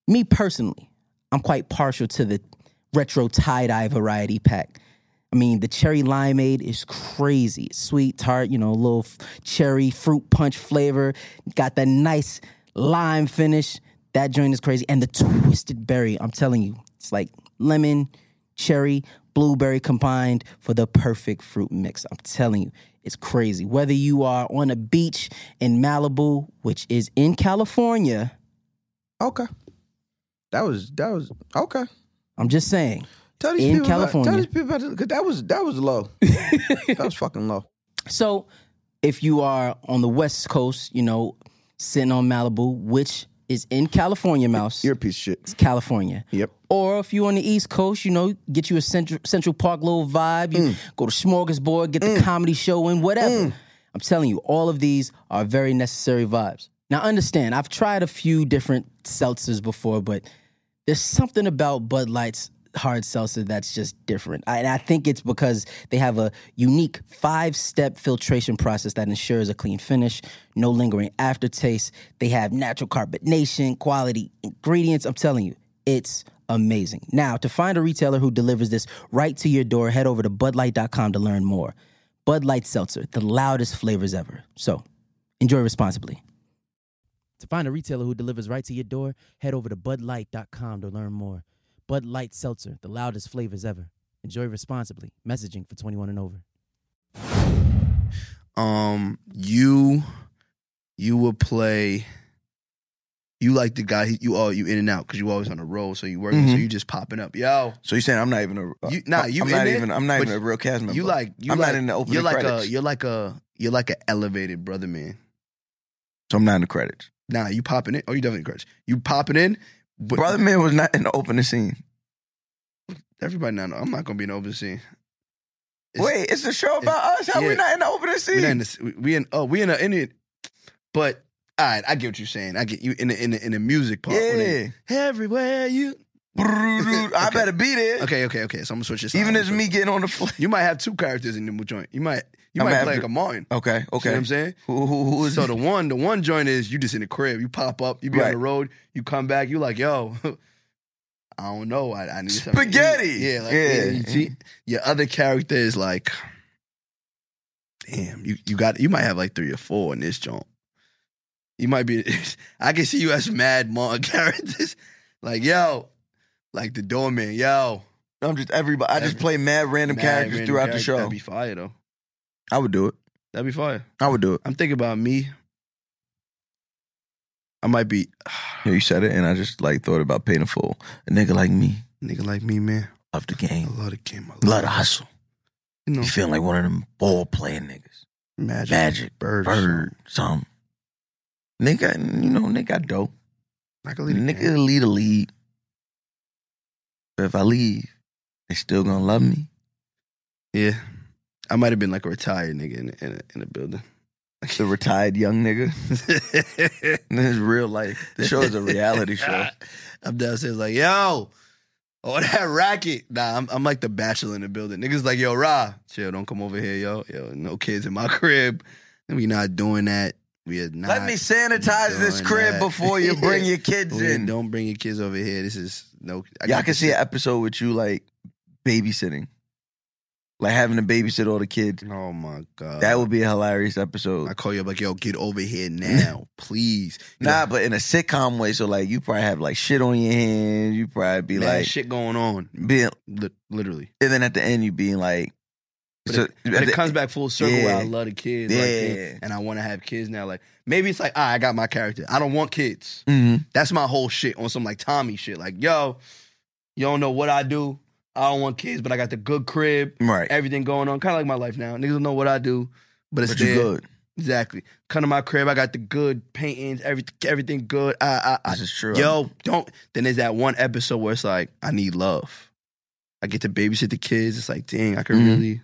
[SPEAKER 6] me personally, I'm quite partial to the retro tie dye variety pack. I mean, the cherry limeade is crazy. It's sweet, tart, you know, a little f- cherry fruit punch flavor. Got that nice lime finish. That joint is crazy. And the twisted berry, I'm telling you, it's like lemon, cherry, blueberry combined for the perfect fruit mix. I'm telling you, it's crazy. Whether you are on a beach in Malibu, which is in California,
[SPEAKER 7] Okay. That was that was okay.
[SPEAKER 6] I'm just saying.
[SPEAKER 7] Tell these
[SPEAKER 6] In
[SPEAKER 7] people About,
[SPEAKER 6] California.
[SPEAKER 7] tell these people about this, 'cause that was that was low. that was fucking low.
[SPEAKER 6] So, if you are on the West Coast, you know, sitting on Malibu, which is in California, Mouse,
[SPEAKER 7] You're a piece of shit.
[SPEAKER 6] it's California.
[SPEAKER 7] Yep.
[SPEAKER 6] Or if you're on the East Coast, you know, get you a Central, Central Park little vibe. You go to Smorgasbord, get the comedy show in, whatever. I'm telling you, all of these are very necessary vibes. Now, understand, I've tried a few different seltzers before, but there's something about Bud Light's hard seltzer that's just different. I, and I think it's because they have a unique five step filtration process that ensures a clean finish, no lingering aftertaste. They have natural carbonation, quality ingredients. I'm telling you, it's amazing. Now, to find a retailer who delivers this right to your door, head over to budlight.com to learn more. Bud Light Seltzer, the loudest flavors ever. So enjoy responsibly. To find a retailer who delivers right to your door, head over to budlight.com to learn more. Bud Light Seltzer, the loudest flavors ever. Enjoy responsibly. Messaging for 21 and over.
[SPEAKER 3] um you you would play you like the guy you all you in and out because you always on the roll so you working so
[SPEAKER 2] Mhm.
[SPEAKER 3] you just popping up yo
[SPEAKER 2] So you saying I'm not even a uh,
[SPEAKER 3] You- nah, you
[SPEAKER 2] I'm
[SPEAKER 3] in
[SPEAKER 2] not
[SPEAKER 3] it,
[SPEAKER 2] even I'm not
[SPEAKER 3] but
[SPEAKER 2] even a real cast member.
[SPEAKER 3] you like you
[SPEAKER 2] I'm
[SPEAKER 3] like,
[SPEAKER 2] not in the opening
[SPEAKER 3] you're like
[SPEAKER 2] credits.
[SPEAKER 3] a you're like a you're like an elevated brother man
[SPEAKER 2] so I'm not in the credits.
[SPEAKER 3] nah you popping in oh you definitely crush you popping in but
[SPEAKER 2] Brother Man was not in the opening scene.
[SPEAKER 3] everybody now know I'm not gonna be an overseer It's-
[SPEAKER 2] Wait, it's a show about us. How
[SPEAKER 3] yeah.
[SPEAKER 2] we not in the opening
[SPEAKER 3] we not in
[SPEAKER 2] scene?
[SPEAKER 3] this, we- we in oh we in a Indian but all right I get what you're saying I get you in the in the, in the music part when they-
[SPEAKER 2] Yeah.
[SPEAKER 3] everywhere you
[SPEAKER 2] I
[SPEAKER 3] Okay.
[SPEAKER 2] better be there.
[SPEAKER 3] okay okay okay so I'm gonna switch this
[SPEAKER 2] Even
[SPEAKER 3] out.
[SPEAKER 2] as me getting on the floor.
[SPEAKER 3] You might have two characters in the joint. You might you
[SPEAKER 2] I'm
[SPEAKER 3] might
[SPEAKER 2] gonna
[SPEAKER 3] play
[SPEAKER 2] have
[SPEAKER 3] like
[SPEAKER 2] to-
[SPEAKER 3] a Martin.
[SPEAKER 2] Okay,
[SPEAKER 3] Okay.
[SPEAKER 2] okay.
[SPEAKER 3] what I'm saying?
[SPEAKER 2] Who, who, who is
[SPEAKER 3] So the one, the one joint is you just in the crib. You pop up, you be on
[SPEAKER 2] Right.
[SPEAKER 3] the road, you come back, you like, yo, [LAUGHS] I don't know. I, I need something to eat.
[SPEAKER 2] Spaghetti!
[SPEAKER 3] Yeah, like,
[SPEAKER 2] Yeah. Mm.
[SPEAKER 3] yeah. you see? Your other character is like, damn, you, you got you might have like three or four in this joint. You might be [LAUGHS] I can see you as mad mom [LAUGHS] characters. Like, yo, like the doorman, yo.
[SPEAKER 2] I'm just everybody. I just
[SPEAKER 3] Every-
[SPEAKER 2] play mad random
[SPEAKER 3] Mad
[SPEAKER 2] characters
[SPEAKER 3] random
[SPEAKER 2] throughout
[SPEAKER 3] character.
[SPEAKER 2] the show.
[SPEAKER 3] That'd be fire though.
[SPEAKER 2] I would do it.
[SPEAKER 3] That'd be fire.
[SPEAKER 2] I would do it.
[SPEAKER 3] I'm thinking about me. I might be
[SPEAKER 2] Yeah, you said it, and I just like thought about paying full. A nigga like me
[SPEAKER 3] nigga like me, man.
[SPEAKER 2] love the
[SPEAKER 3] I
[SPEAKER 2] game,
[SPEAKER 3] love the game. I love,
[SPEAKER 2] love the hustle. [LAUGHS]
[SPEAKER 3] You know,
[SPEAKER 2] You feeling like one of them ball playing niggas,
[SPEAKER 3] magic,
[SPEAKER 2] Magic,
[SPEAKER 3] bird,
[SPEAKER 2] bird, something. Nigga, you know, nigga dope.
[SPEAKER 3] I can lead a
[SPEAKER 2] Nigga
[SPEAKER 3] game.
[SPEAKER 2] lead a lead. But if I leave, they still gonna love me. [LAUGHS]
[SPEAKER 3] Yeah, I might have been like a retired nigga in a, in a, in a building.
[SPEAKER 2] The retired young
[SPEAKER 3] [LAUGHS]
[SPEAKER 2] nigga. This is real life. The show is a
[SPEAKER 3] [LAUGHS]
[SPEAKER 1] [LAUGHS]
[SPEAKER 2] reality show.
[SPEAKER 3] I'm downstairs like, yo, oh [LAUGHS] that racket. Nah, I'm, I'm like the bachelor in the building. Niggas like, yo, Ra, chill, don't come over here, yo, yo, no kids in my [LAUGHS] crib. We not doing that. We are not.
[SPEAKER 2] Let me sanitize this
[SPEAKER 3] doing
[SPEAKER 2] crib
[SPEAKER 3] that.
[SPEAKER 2] before you
[SPEAKER 3] [LAUGHS]
[SPEAKER 2] bring your kids
[SPEAKER 3] We
[SPEAKER 2] in.
[SPEAKER 3] Don't bring your kids over here. This is no. I
[SPEAKER 2] Yeah, I
[SPEAKER 3] got
[SPEAKER 2] can
[SPEAKER 3] this
[SPEAKER 2] see
[SPEAKER 3] shit.
[SPEAKER 2] an episode with you like babysitting, like having to babysit all the kids.
[SPEAKER 3] Oh my god,
[SPEAKER 2] That would be a hilarious episode.
[SPEAKER 3] I call you up like, yo, get over here
[SPEAKER 2] [LAUGHS]
[SPEAKER 3] now, please. You
[SPEAKER 2] Nah,
[SPEAKER 3] got
[SPEAKER 2] but in a sitcom way. So like, you probably have like shit on your hands. You probably be
[SPEAKER 3] mad
[SPEAKER 2] like
[SPEAKER 3] shit going on,
[SPEAKER 2] being,
[SPEAKER 3] li- literally.
[SPEAKER 2] and then at the end you being like,
[SPEAKER 3] But,
[SPEAKER 2] so- e
[SPEAKER 3] it, but it comes back full circle. Where I
[SPEAKER 2] Yeah.
[SPEAKER 3] love the kids,
[SPEAKER 2] Yeah.
[SPEAKER 3] like, and I want to have kids now. Like maybe it's like, ah, I got my character. I don't want kids.
[SPEAKER 2] Mhm.
[SPEAKER 3] That's my whole shit on some like Tommy shit. Like, yo, you don't know what I do. I don't want kids, but I got the good crib.
[SPEAKER 2] right,
[SPEAKER 3] Everything going on, kind of like my life now. Niggas don't know what I do, but it's
[SPEAKER 2] but
[SPEAKER 3] there.
[SPEAKER 2] you good.
[SPEAKER 3] Exactly. Come to my crib. I got the good paintings. Everything, everything good. I, I, I,
[SPEAKER 2] This is true.
[SPEAKER 3] Yo, don't. Then there's that one episode where it's like, I need love. I get to babysit the kids. It's like, dang, I could
[SPEAKER 2] Mhm.
[SPEAKER 3] really.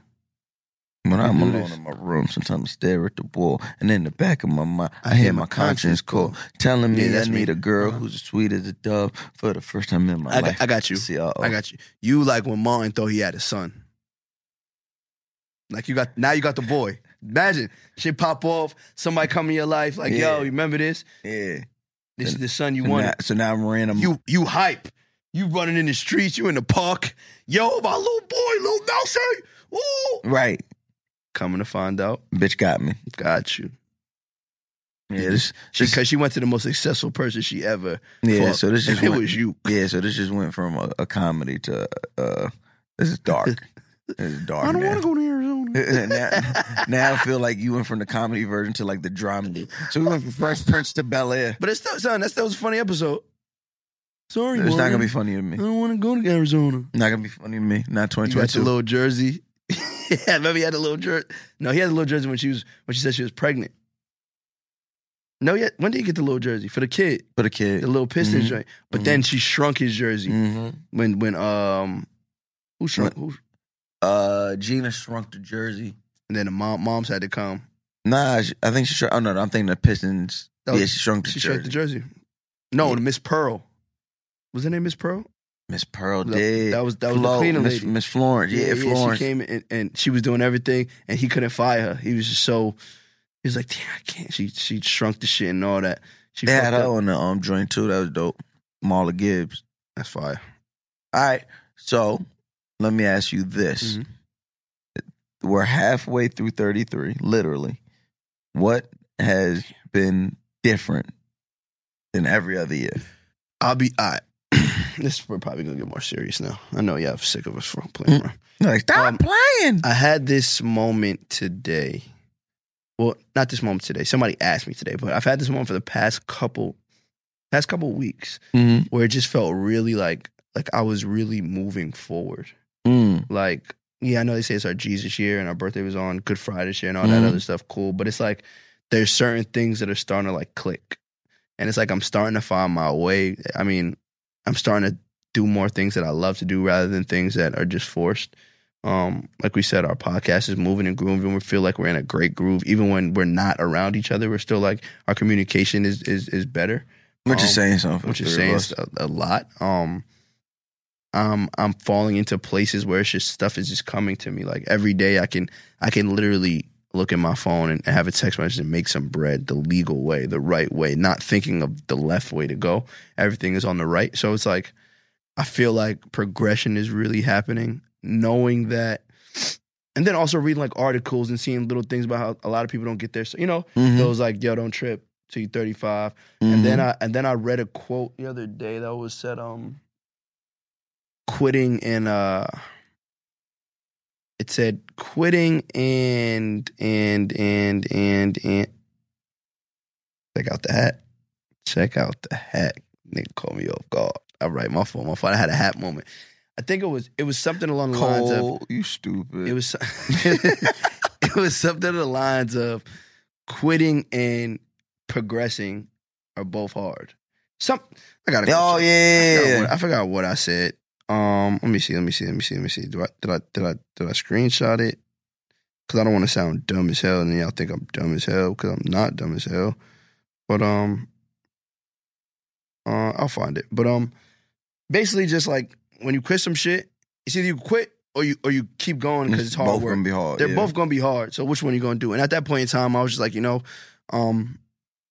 [SPEAKER 2] when I'm
[SPEAKER 3] do
[SPEAKER 2] alone
[SPEAKER 3] this.
[SPEAKER 2] in my room, sometimes I stare at the wall, and in the back of my mind, I,
[SPEAKER 3] I
[SPEAKER 2] hear my conscience call, telling me
[SPEAKER 3] Yeah,
[SPEAKER 2] I
[SPEAKER 3] that's me.
[SPEAKER 2] need a girl
[SPEAKER 3] Uh-huh.
[SPEAKER 2] who's as sweet as a dove for the first time in my
[SPEAKER 3] I
[SPEAKER 2] life.
[SPEAKER 3] got, I got you.
[SPEAKER 2] See, uh-oh.
[SPEAKER 3] I got you. You like when Martin thought he had a son. Like you got now you got the boy. Imagine shit pop off. Somebody come in your life like,
[SPEAKER 2] Yeah.
[SPEAKER 3] yo, you remember this?
[SPEAKER 2] Yeah.
[SPEAKER 3] This is
[SPEAKER 2] Then- um,
[SPEAKER 3] the son you
[SPEAKER 2] so, now,
[SPEAKER 3] wanted.
[SPEAKER 2] so now I'm random.
[SPEAKER 3] You you hype. You running in the streets. You in the park. Yo, my little boy, little mouse. Hey, ooh.
[SPEAKER 2] right.
[SPEAKER 3] Coming to find out,
[SPEAKER 2] Bitch got me.
[SPEAKER 3] got you.
[SPEAKER 2] Yeah, this, this-
[SPEAKER 3] Because she went to the most successful person she ever.
[SPEAKER 2] yeah.
[SPEAKER 3] fucked,
[SPEAKER 2] So this
[SPEAKER 3] and
[SPEAKER 2] just
[SPEAKER 3] [LAUGHS] it
[SPEAKER 2] went,
[SPEAKER 3] was you.
[SPEAKER 2] yeah. So this just went from a, a comedy to uh, This is dark.
[SPEAKER 3] [LAUGHS]
[SPEAKER 2] this is dark.
[SPEAKER 7] I don't
[SPEAKER 2] now.
[SPEAKER 7] want to go to Arizona.
[SPEAKER 2] now, [LAUGHS]
[SPEAKER 3] [LAUGHS]
[SPEAKER 2] now I feel like you went from the comedy version to like the dramedy. So we went from
[SPEAKER 3] [LAUGHS]
[SPEAKER 2] Fresh Prince to Bel Air.
[SPEAKER 3] But it's still, son, that's, that was a funny episode. Sorry,
[SPEAKER 2] It's not
[SPEAKER 3] Marvin.
[SPEAKER 2] gonna be funny to me.
[SPEAKER 3] I don't want to go to Arizona.
[SPEAKER 2] Not gonna be funny to me. Not twenty
[SPEAKER 3] You
[SPEAKER 2] twenty
[SPEAKER 3] had the
[SPEAKER 2] two.
[SPEAKER 3] little jersey. [LAUGHS] yeah, remember he had the little jersey. No, he had the little jersey when she was when she said she was pregnant. No, yet when did he get the little jersey for the kid,
[SPEAKER 2] for the kid.
[SPEAKER 3] the little Pistons
[SPEAKER 2] Mhm.
[SPEAKER 3] joint? But then she shrunk his jersey
[SPEAKER 2] hmm
[SPEAKER 3] when when um who shrunk who?
[SPEAKER 2] Uh, Gina shrunk the jersey.
[SPEAKER 3] And then the mom moms had to come.
[SPEAKER 2] Nah, she- I think she. Shrunk, oh no, no, I'm thinking the Pistons.
[SPEAKER 3] That
[SPEAKER 2] yeah,
[SPEAKER 3] was-
[SPEAKER 2] she shrunk the
[SPEAKER 3] Oh, She
[SPEAKER 2] jersey.
[SPEAKER 3] shrunk the jersey. No,
[SPEAKER 2] Yeah.
[SPEAKER 3] Miss Pearl. Was her name Miss Pearl?
[SPEAKER 2] Miss Pearl
[SPEAKER 3] That-
[SPEAKER 2] did.
[SPEAKER 3] that was- that
[SPEAKER 2] Oh,
[SPEAKER 3] was the
[SPEAKER 2] Flo,
[SPEAKER 3] cleaning
[SPEAKER 2] Miss,
[SPEAKER 3] lady.
[SPEAKER 2] Miss Florence. Yeah, Florence.
[SPEAKER 3] She came and, and she was doing everything, and he couldn't fire her. He was just so. He was like, "Damn, I can't." She she shrunk the shit and all that. She
[SPEAKER 2] they had
[SPEAKER 3] fucked
[SPEAKER 2] her
[SPEAKER 3] up.
[SPEAKER 2] on the um joint too. That was dope. Marla Gibbs.
[SPEAKER 3] That's fire.
[SPEAKER 2] All right. So let me ask you this.
[SPEAKER 3] Mhm. Mm-hmm.
[SPEAKER 2] We're halfway through 33, literally. What has been different than every other year?
[SPEAKER 3] I'll be. I. [CLEARS THROAT] this we're probably gonna get more serious now. I know y'all sick of us from
[SPEAKER 2] Mm.
[SPEAKER 3] playing. around.
[SPEAKER 2] Like, stop
[SPEAKER 3] Um,
[SPEAKER 2] playing.
[SPEAKER 3] I had this moment today. Well, not this moment today. Somebody asked me today, but I've had this moment for the past couple, past couple weeks,
[SPEAKER 2] Mhm.
[SPEAKER 3] where it just felt really like like I was really moving forward.
[SPEAKER 2] Mm.
[SPEAKER 3] like yeah, I know they say it's our Jesus year and our birthday was on Good Friday this year and all that
[SPEAKER 2] Mhm.
[SPEAKER 3] other stuff. Cool, but it's like there's certain things that are starting to like click, and it's like I'm starting to find my way. I mean, I'm starting to do more things that I love to do rather than things that are just forced. Um, like we said, our podcast is moving and grooving. We feel like we're in a great groove, even when we're not around each other. We're still like our communication is is is better
[SPEAKER 2] What you
[SPEAKER 3] um,
[SPEAKER 2] saying something? for
[SPEAKER 3] which
[SPEAKER 2] the
[SPEAKER 3] is
[SPEAKER 2] three of
[SPEAKER 3] saying
[SPEAKER 2] us.
[SPEAKER 3] a, a lot. Um, um, I'm falling into places where it's just stuff is just coming to me. Like every day, I can I can literally look at my phone and have a text message and make some bread the legal way, the right way, not thinking of the left way to go. Everything is on the right, so it's like I feel like progression is really happening. Knowing that, and then also reading like articles and seeing little things about how a lot of people don't get there. So you know,
[SPEAKER 2] Mhm.
[SPEAKER 3] those like yo, don't trip till you're 35 and
[SPEAKER 2] mm-hmm.
[SPEAKER 3] then I and then I read a quote the other day that was said um quitting and uh it said quitting and and and and and check out the hat check out the hat nigga called me off guard all right my fault my fault I had a hat moment I think it was it was something along the lines of
[SPEAKER 2] Cole, you stupid.
[SPEAKER 3] it was [LAUGHS] it was something to the lines of quitting and progressing are both hard. Some [LAUGHS] I gotta. go
[SPEAKER 2] oh
[SPEAKER 3] check. I forgot, what,
[SPEAKER 2] yeah.
[SPEAKER 3] I forgot what I said. Um, let me see. Let me see. Let me see. Let me see. Do I did I did I did I screenshot it? Because I don't want to sound dumb as hell, and then y'all think I'm dumb as hell because I'm not dumb as hell. But um, uh, I'll find it. But um, basically, just like when you quit some shit, it's either you quit or you or you keep going because it's hard
[SPEAKER 2] both
[SPEAKER 3] work.
[SPEAKER 2] gonna be hard.
[SPEAKER 3] They're
[SPEAKER 2] yeah.
[SPEAKER 3] both gonna be hard. So which one you gonna do? And at that point in time, I was just like, you know, um,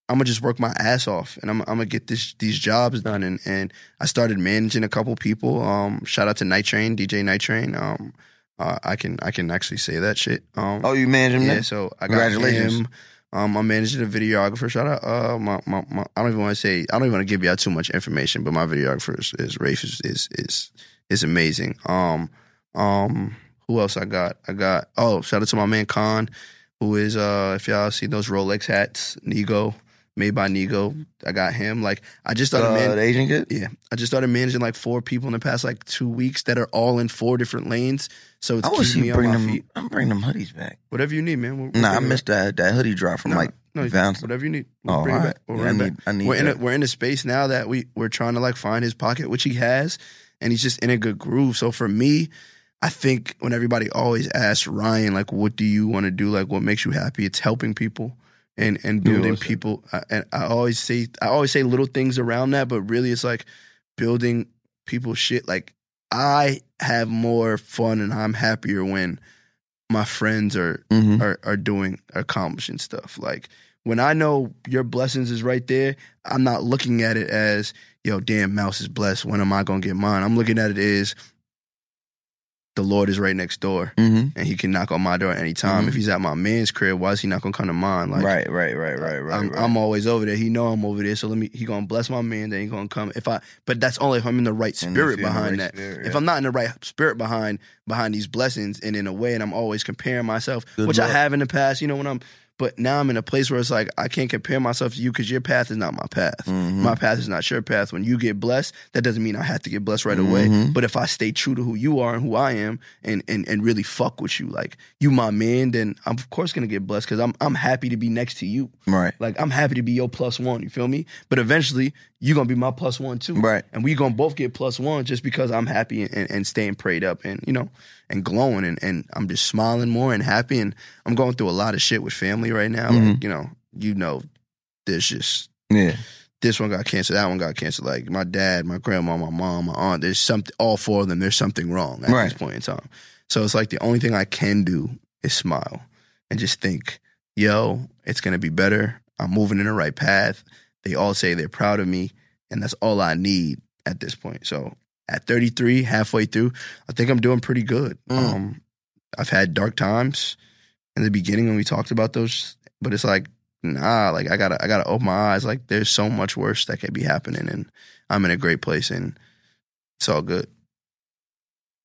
[SPEAKER 3] I'm gonna just work my ass off, and I'm, I'm gonna get this these jobs done. And and I started managing a couple people. Um, shout out to Night Train, DJ Night Train. Um, uh, I can I can actually say that shit. Um,
[SPEAKER 2] Oh, you managed him.
[SPEAKER 3] yeah,
[SPEAKER 2] now?
[SPEAKER 3] so I got
[SPEAKER 2] Congratulations.
[SPEAKER 3] him. Um, I'm managing a videographer. Shout out, uh, my, my, my I don't even want to say, I don't even want to give y'all too much information, but my videographer is, is Rafe is, is, is, is amazing. Um, um, who else I got? I got, oh, shout out to my man Khan, who is, uh, if y'all see those Rolex hats, Nego, made by Nego. I got him. Like, I just started,
[SPEAKER 2] Uh,
[SPEAKER 3] man-
[SPEAKER 2] the Asian kid.
[SPEAKER 3] yeah, I just started managing like four people in the past like two weeks that are all in four different lanes. So it's
[SPEAKER 2] I wish
[SPEAKER 3] keeping me
[SPEAKER 2] you
[SPEAKER 3] on
[SPEAKER 2] bring
[SPEAKER 3] my
[SPEAKER 2] them.
[SPEAKER 3] feet.
[SPEAKER 2] I'm bringing them hoodies back.
[SPEAKER 3] Whatever you need, man. We're- we're
[SPEAKER 2] Nah, I
[SPEAKER 3] bringing it.
[SPEAKER 2] missed that that hoodie drop from
[SPEAKER 3] No,
[SPEAKER 2] like
[SPEAKER 3] no,
[SPEAKER 2] Vans.
[SPEAKER 3] whatever you need. We'll
[SPEAKER 2] Oh,
[SPEAKER 3] bring it
[SPEAKER 2] all
[SPEAKER 3] back.
[SPEAKER 2] right.
[SPEAKER 3] We'll
[SPEAKER 2] Yeah,
[SPEAKER 3] bring
[SPEAKER 2] I
[SPEAKER 3] it
[SPEAKER 2] need.
[SPEAKER 3] back.
[SPEAKER 2] I need.
[SPEAKER 3] We're in a
[SPEAKER 2] that.
[SPEAKER 3] we're in a space now that we we're trying to like find his pocket, which he has, and he's just in a good groove. So for me, I think when everybody always asks Ryan, like, what do you want to do? Like, what makes you happy? It's helping people and and
[SPEAKER 2] Yeah,
[SPEAKER 3] building
[SPEAKER 2] what's that?
[SPEAKER 3] people. I, and I always say I always say little things around that, but really it's like building people shit. Like I have more fun and I'm happier when my friends are
[SPEAKER 2] Mhm.
[SPEAKER 3] are are doing accomplishing stuff. Like when I know your blessings is right there, I'm not looking at it as yo, damn, mouse is blessed. When am I gonna get mine? I'm looking at it as the Lord is right next door
[SPEAKER 2] Mm-hmm.
[SPEAKER 3] and he can knock on my door at any time.
[SPEAKER 2] Mhm.
[SPEAKER 3] If he's at my man's crib, why is he not gonna come to mine? Like uh,
[SPEAKER 2] right, right, right, right, right.
[SPEAKER 3] I'm,
[SPEAKER 2] right.
[SPEAKER 3] I'm always over there. He know I'm over there, so let me. He gonna bless my man. Then he gonna come. If I, but that's only if I'm in the right
[SPEAKER 2] And if
[SPEAKER 3] spirit
[SPEAKER 2] you're in the
[SPEAKER 3] behind
[SPEAKER 2] right
[SPEAKER 3] that.
[SPEAKER 2] spirit,
[SPEAKER 3] If
[SPEAKER 2] yeah.
[SPEAKER 3] I'm not in the right spirit behind behind these blessings, and in a way, and I'm always comparing myself,
[SPEAKER 2] Good
[SPEAKER 3] which I
[SPEAKER 2] luck.
[SPEAKER 3] have in the past. You know when I'm, but now I'm in a place where it's like I can't compare myself to you because your path is not my path.
[SPEAKER 2] Mhm.
[SPEAKER 3] My path is not your path. When you get blessed, that doesn't mean I have to get blessed right away.
[SPEAKER 2] Mhm.
[SPEAKER 3] But if I stay true to who you are and who I am, and and and really fuck with you, like you my man, then I'm of course gonna get blessed because I'm I'm happy to be next to you.
[SPEAKER 2] right.
[SPEAKER 3] Like I'm happy to be your plus one, you feel me? But eventually you're gonna be my plus one too.
[SPEAKER 2] Right.
[SPEAKER 3] And we gonna both get plus one just because I'm happy and, and, and staying prayed up and you know, and glowing and, and I'm just smiling more and happy and I'm going through a lot of shit with family right now. Like, you know, you know, there's just
[SPEAKER 2] Yeah.
[SPEAKER 3] this one got cancer, that one got cancer. Like my dad, my grandma, my mom, my aunt, there's something all four of them, there's something wrong at this
[SPEAKER 2] Right.
[SPEAKER 3] point in time. So it's like the only thing I can do is smile and just think, yo, it's gonna be better. I'm moving in the right path. They all say they're proud of me, and that's all I need at this point. So at 33, halfway through, I think I'm doing pretty good.
[SPEAKER 2] Mm.
[SPEAKER 3] Um, I've had dark times in the beginning when we talked about those, but it's like, nah, like I gotta, I gotta open my eyes. Like there's so much worse that could be happening, and I'm in a great place, and it's all good.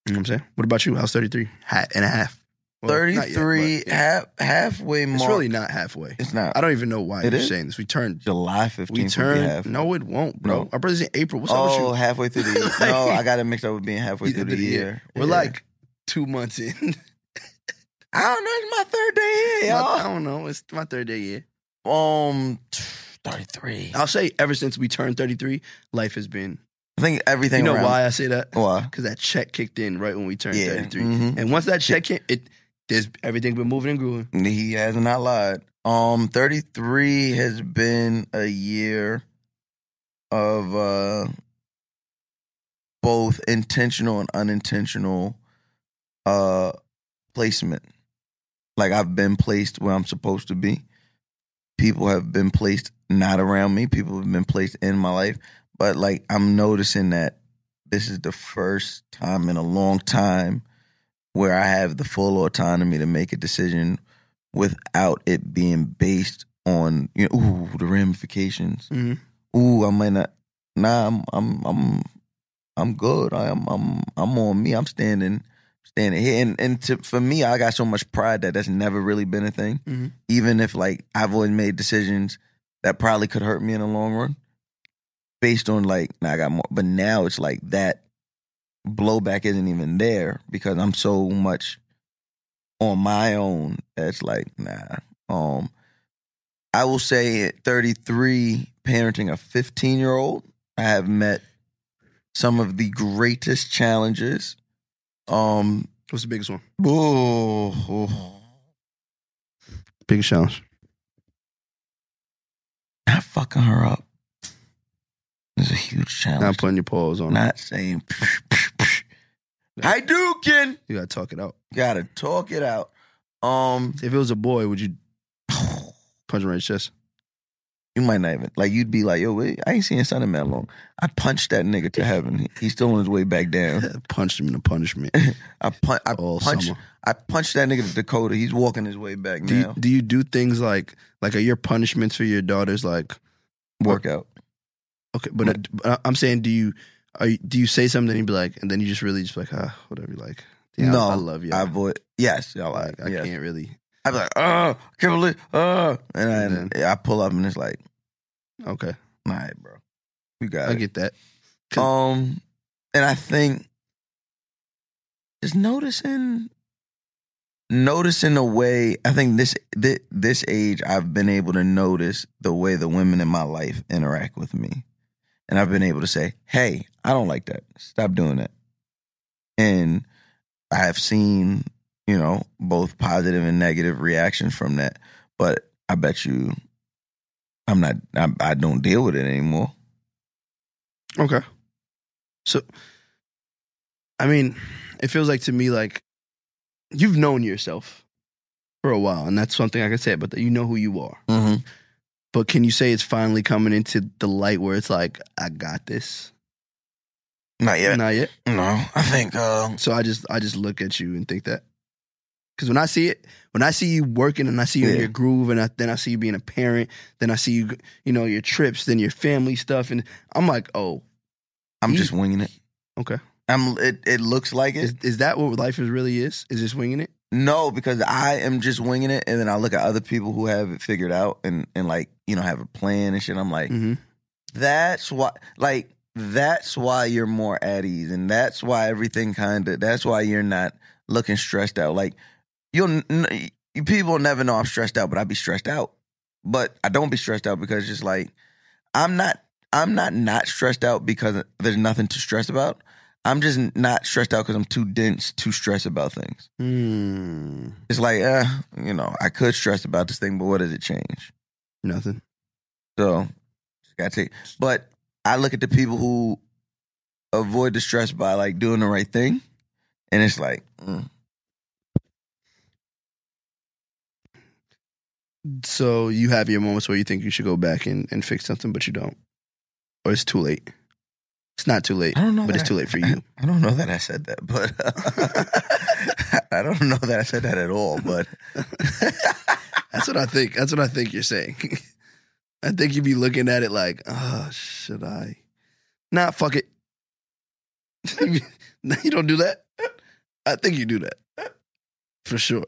[SPEAKER 3] You know what I'm saying? What about you? How's 33? Hat and a half. Well, not yet, but,
[SPEAKER 2] 33
[SPEAKER 3] yeah.
[SPEAKER 2] half halfway mark.
[SPEAKER 3] It's really not halfway.
[SPEAKER 2] It's not.
[SPEAKER 3] I don't even know why
[SPEAKER 2] It
[SPEAKER 3] you're
[SPEAKER 2] is?
[SPEAKER 3] saying this. We turned.
[SPEAKER 2] July 15th.
[SPEAKER 3] We
[SPEAKER 2] would be
[SPEAKER 3] turned.
[SPEAKER 2] half.
[SPEAKER 3] No, it won't, bro.
[SPEAKER 2] No.
[SPEAKER 3] Our brother's in April. What's
[SPEAKER 2] oh,
[SPEAKER 3] up with
[SPEAKER 2] halfway through
[SPEAKER 3] [LAUGHS]
[SPEAKER 2] the year. No, I got it mixed up with being
[SPEAKER 3] you?
[SPEAKER 2] halfway through the, year.
[SPEAKER 3] We're
[SPEAKER 2] Yeah.
[SPEAKER 3] like two months in. [LAUGHS]
[SPEAKER 2] I don't know. It's my third day here,
[SPEAKER 3] My- I
[SPEAKER 2] y'all.
[SPEAKER 3] don't know. It's my third day year.
[SPEAKER 2] Um, 33.
[SPEAKER 3] I'll say ever since we turned 33, life has been.
[SPEAKER 2] I think everything.
[SPEAKER 3] you know
[SPEAKER 2] around-
[SPEAKER 3] why I say that?
[SPEAKER 2] Why?
[SPEAKER 3] Because that check kicked in right when we turned
[SPEAKER 2] Yeah,
[SPEAKER 3] 33.
[SPEAKER 2] mhm.
[SPEAKER 3] And once that check hit, it, there's everything been moving and grooving.
[SPEAKER 2] He has not lied. Um, 33 has been a year of uh both intentional and unintentional uh placement. Like I've been placed where I'm supposed to be. People have been placed not around me. People have been placed in my life. But like I'm noticing that this is the first time in a long time where I have the full autonomy to make a decision without it being based on you know ooh the ramifications.
[SPEAKER 3] Mhm.
[SPEAKER 2] Ooh, I might not. Nah, I'm I'm I'm I'm good. I'm I'm I'm on me. I'm standing standing here. And and to, for me, I got so much pride that that's never really been a thing.
[SPEAKER 3] Mhm.
[SPEAKER 2] Even if like I've always made decisions that probably could hurt me in the long run, based on like nah, I got more. But now it's like that blowback isn't even there because I'm so much on my own that's like nah um i will say at 33 parenting a 15 year old i have met some of the greatest challenges um
[SPEAKER 3] What's the biggest one?
[SPEAKER 2] oh,
[SPEAKER 3] Biggest challenge.
[SPEAKER 2] not fucking her up is a huge
[SPEAKER 3] Not
[SPEAKER 2] challenge
[SPEAKER 3] putting your paws on. it.
[SPEAKER 2] not saying i do can
[SPEAKER 3] You gotta talk it out.
[SPEAKER 2] gotta talk it out um
[SPEAKER 3] If it was a boy, would you [LAUGHS] punch him right in the chest?
[SPEAKER 2] You might not even like. You'd be like, "Yo, wait, I ain't seen Son in that long. I punched that nigga to heaven. He's still on his way back
[SPEAKER 3] [LAUGHS]
[SPEAKER 2] down.
[SPEAKER 3] Punched him in the punishment [LAUGHS]
[SPEAKER 2] I pun- I
[SPEAKER 3] all
[SPEAKER 2] punched.
[SPEAKER 3] summer.
[SPEAKER 2] I punched that nigga to Dakota. He's walking his way back
[SPEAKER 3] Do you,
[SPEAKER 2] now.
[SPEAKER 3] do you do things like like are your punishments for your daughters like
[SPEAKER 2] Workout.
[SPEAKER 3] Oh, okay? But uh, but I, I'm saying, do you are you, do you say something and you be like, and then you just really just be like, ah, whatever you like. Yeah, I-
[SPEAKER 2] no,
[SPEAKER 3] I, love you.
[SPEAKER 2] I avoid. Yes, y'all.
[SPEAKER 3] like, I
[SPEAKER 2] yes.
[SPEAKER 3] can't really.
[SPEAKER 2] I'd be like, "Oh, can't believe, oh," and, I,
[SPEAKER 3] And
[SPEAKER 2] I pull up and it's like,
[SPEAKER 3] Okay,
[SPEAKER 2] "All right, bro, we got
[SPEAKER 3] I
[SPEAKER 2] it."
[SPEAKER 3] get that.
[SPEAKER 2] Um, and I think just noticing, noticing the way I think this this, this age I've been able to notice the way the women in my life interact with me, and I've been able to say, "Hey, I don't like that. Stop doing that." And I have seen, you know, both positive and negative reactions from that. But I bet you, I'm not. I, I don't deal with it anymore.
[SPEAKER 3] Okay. So, I mean, it feels like to me like you've known yourself for a while, and that's something I can say. But that you know who you are.
[SPEAKER 2] Mm-hmm.
[SPEAKER 3] But can you say it's finally coming into the light where it's like, I got this?
[SPEAKER 2] Not yet.
[SPEAKER 3] Not yet.
[SPEAKER 2] No, I think. Uh,
[SPEAKER 3] So I just I just look at you and think that. Because when I see it, when I see you working and I see you in
[SPEAKER 2] Yeah.
[SPEAKER 3] your groove, and I, then I see you being a parent, then I see you, g- you know, your trips, then your family stuff, and I'm like, oh,
[SPEAKER 2] I'm
[SPEAKER 3] He-
[SPEAKER 2] just winging it.
[SPEAKER 3] okay,
[SPEAKER 2] I'm. It, it looks like
[SPEAKER 3] is,
[SPEAKER 2] it.
[SPEAKER 3] is that what life is really is? Is just winging it?
[SPEAKER 2] No, because I am just winging it, and then I look at other people who have it figured out and and like you know have a plan and shit. I'm like,
[SPEAKER 3] Mm-hmm.
[SPEAKER 2] that's why like that's why you're more at ease and that's why everything kind of that's why you're not looking stressed out like you'll n- you people never know i'm stressed out but i be stressed out but i don't be stressed out because it's just like i'm not i'm not not stressed out because there's nothing to stress about i'm just not stressed out because i'm too dense to stress about things
[SPEAKER 3] Mm,
[SPEAKER 2] it's like uh you know i could stress about this thing but what does it change
[SPEAKER 3] nothing.
[SPEAKER 2] so just gotta take. But I look at the people who avoid the stress by like doing the right thing, and it's like, mm,
[SPEAKER 3] So you have your moments where you think you should go back and, and fix something, but you don't, or it's too late. It's not too late,
[SPEAKER 2] I don't know,
[SPEAKER 3] but it's
[SPEAKER 2] that
[SPEAKER 3] too
[SPEAKER 2] I-
[SPEAKER 3] late for you.
[SPEAKER 2] I don't know that I said that, but [LAUGHS] I don't know that I said that at all. But
[SPEAKER 3] That's what I think. That's what I think you're saying. [LAUGHS] I think you'd be looking at it like, oh, should I? Nah, fuck it. [LAUGHS] no, you don't do that. I think you do that for sure.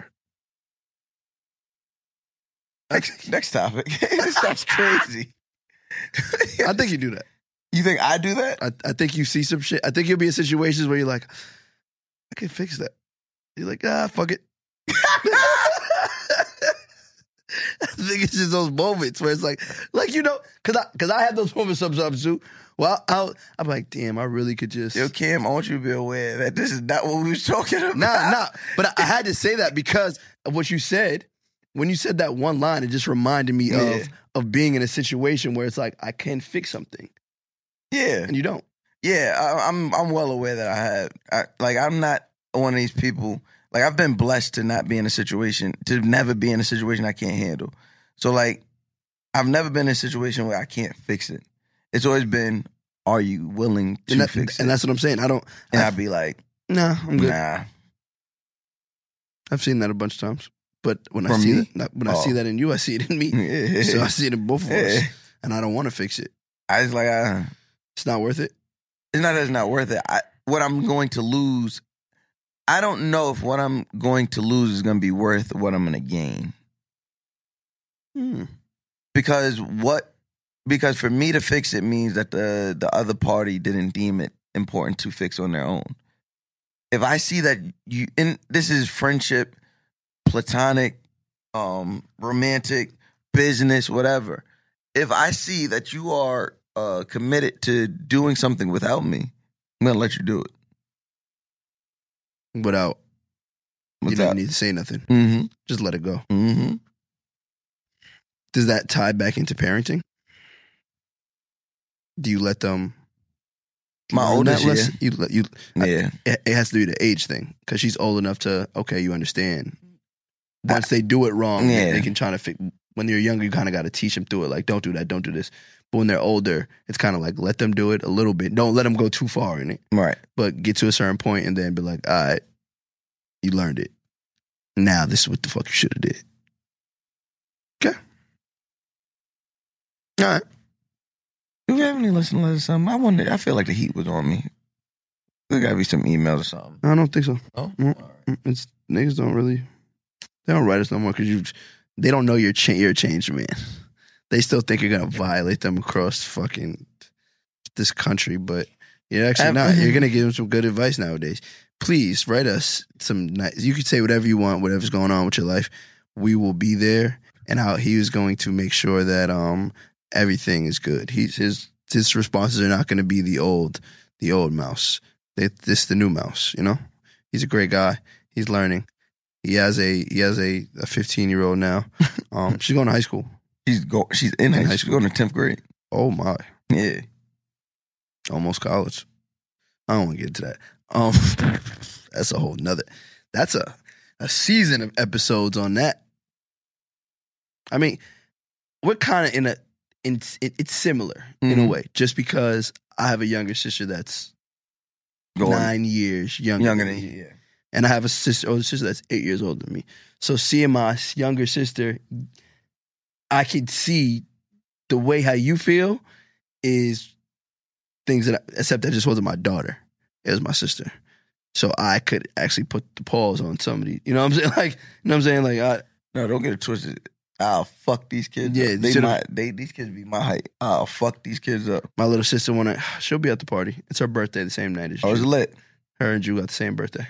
[SPEAKER 3] I,
[SPEAKER 2] next,
[SPEAKER 3] [LAUGHS]
[SPEAKER 2] next topic, [LAUGHS] this sounds [LAUGHS] crazy.
[SPEAKER 3] I think you do that.
[SPEAKER 2] you think I do that?
[SPEAKER 3] I, I think you see some shit. I think you'll be in situations where you're like, I can fix that. You're like, ah, fuck it. [LAUGHS] I think it's just those moments where it's like, like you know, cause I cause I have those moments sometimes too. Well, I'll, I'm like, damn, I really could just
[SPEAKER 2] Yo, Cam, I want you to be aware that this is not what we was talking about.
[SPEAKER 3] [LAUGHS]
[SPEAKER 2] [LAUGHS]
[SPEAKER 3] nah, nah. But I, I had to say that because of what you said. When you said that one line, it just reminded me
[SPEAKER 2] Yeah.
[SPEAKER 3] of of being in a situation where it's like I can fix something
[SPEAKER 2] Yeah,
[SPEAKER 3] and you don't.
[SPEAKER 2] Yeah, I, I'm I'm well aware that I have. I, like I'm not one of these people. Like I've been blessed to not be in a situation to never be in a situation I can't handle. So like I've never been in a situation where I can't fix it. It's always been, are you willing to
[SPEAKER 3] And, that-
[SPEAKER 2] fix it?
[SPEAKER 3] and that's what I'm saying. I don't.
[SPEAKER 2] And I'd be like,
[SPEAKER 3] Nah, I'm good.
[SPEAKER 2] nah.
[SPEAKER 3] I've seen that a bunch of times. But when I
[SPEAKER 2] From
[SPEAKER 3] see
[SPEAKER 2] me?
[SPEAKER 3] that, when I
[SPEAKER 2] Oh.
[SPEAKER 3] see that in you, I see it
[SPEAKER 2] [LAUGHS]
[SPEAKER 3] in me. so I see it in both of us,
[SPEAKER 2] Yeah.
[SPEAKER 3] and I don't want to fix it.
[SPEAKER 2] I just like, uh,
[SPEAKER 3] It's not worth it.
[SPEAKER 2] it's not that it's not worth it. I, what I'm going to lose, I don't know if what I'm going to lose is going to be worth what I'm going to gain.
[SPEAKER 3] Hmm.
[SPEAKER 2] because what because for me to fix it means that the the other party didn't deem it important to fix on their own if i see that you and this is friendship platonic um romantic business whatever if i see that you are uh committed to doing something without me i'm gonna let you do it
[SPEAKER 3] Without you
[SPEAKER 2] without
[SPEAKER 3] don't need to say nothing.
[SPEAKER 2] mm-hmm
[SPEAKER 3] Just let it go.
[SPEAKER 2] mm-hmm
[SPEAKER 3] Does that tie back into parenting? Do you let them?
[SPEAKER 2] My
[SPEAKER 3] learn
[SPEAKER 2] oldest,
[SPEAKER 3] that
[SPEAKER 2] yeah.
[SPEAKER 3] lesson? you let you. I-
[SPEAKER 2] yeah
[SPEAKER 3] it, it has to be the age thing because she's old enough to. Okay, you understand. Once they do it wrong,
[SPEAKER 2] Yeah.
[SPEAKER 3] they can try to fix. When they're younger, you kind of got to teach them through it. Like, don't do that, don't do this. But when they're older, it's kind of like let them do it a little bit. Don't let them go too far in it,
[SPEAKER 2] right
[SPEAKER 3] but get to a certain point and then be like, all right, you learned it. Now this is what the fuck you should have did. Okay. All right.
[SPEAKER 2] Do we have any listener letters or something? I wonder. I feel like the heat was on me. There gotta be some emails or something.
[SPEAKER 3] I don't think so.
[SPEAKER 2] Oh,
[SPEAKER 3] Mm, mm, It's niggas don't really they don't write us no more because you they don't know you're cha- you're a changed man. [LAUGHS] They still think you're gonna violate them across fucking this country, but you're actually
[SPEAKER 2] Ab-
[SPEAKER 3] not.
[SPEAKER 2] [LAUGHS]
[SPEAKER 3] You're gonna give them some good advice nowadays. Please write us some nice. You can say whatever you want, whatever's going on with your life. We will be there, and how he is going to make sure that um everything is good. He's his his responses are not going to be the old the old mouse. They, this the new mouse. You know, he's a great guy. He's learning. He has a he has a a 15 year
[SPEAKER 2] [LAUGHS]
[SPEAKER 3] old now. Um, she's going to high school.
[SPEAKER 2] She's go. She's in high school. She's going to tenth grade.
[SPEAKER 3] Oh my,
[SPEAKER 2] Yeah.
[SPEAKER 3] almost college. I don't want to get into that. Um, [LAUGHS] that's a whole nother. That's a a season of episodes on that. I mean, we're kind of in a in it, it's similar in a
[SPEAKER 2] Mhm.
[SPEAKER 3] way, just because I have a younger sister that's
[SPEAKER 2] Go on.
[SPEAKER 3] nine years younger,
[SPEAKER 2] Younger
[SPEAKER 3] than
[SPEAKER 2] than
[SPEAKER 3] me. And I have a sister, older sister that's eight years older than me. So seeing my s- younger sister, I could see the way how you feel is things that, I, except that just wasn't my daughter. It was my sister. So I could actually put the pause on somebody. You know what I'm saying? [LAUGHS] Like, you know what I'm saying? Like, I,
[SPEAKER 2] No, don't get it twisted. I'll fuck these kids.
[SPEAKER 3] Yeah,
[SPEAKER 2] up. they
[SPEAKER 3] should've-
[SPEAKER 2] my, they these kids be my height. I'll fuck these kids up.
[SPEAKER 3] my little sister wanna, [SIGHS] she'll be at the party. It's her birthday the same night as
[SPEAKER 2] I was
[SPEAKER 3] you.
[SPEAKER 2] Oh, lit.
[SPEAKER 3] Her and Drew got the same birthday.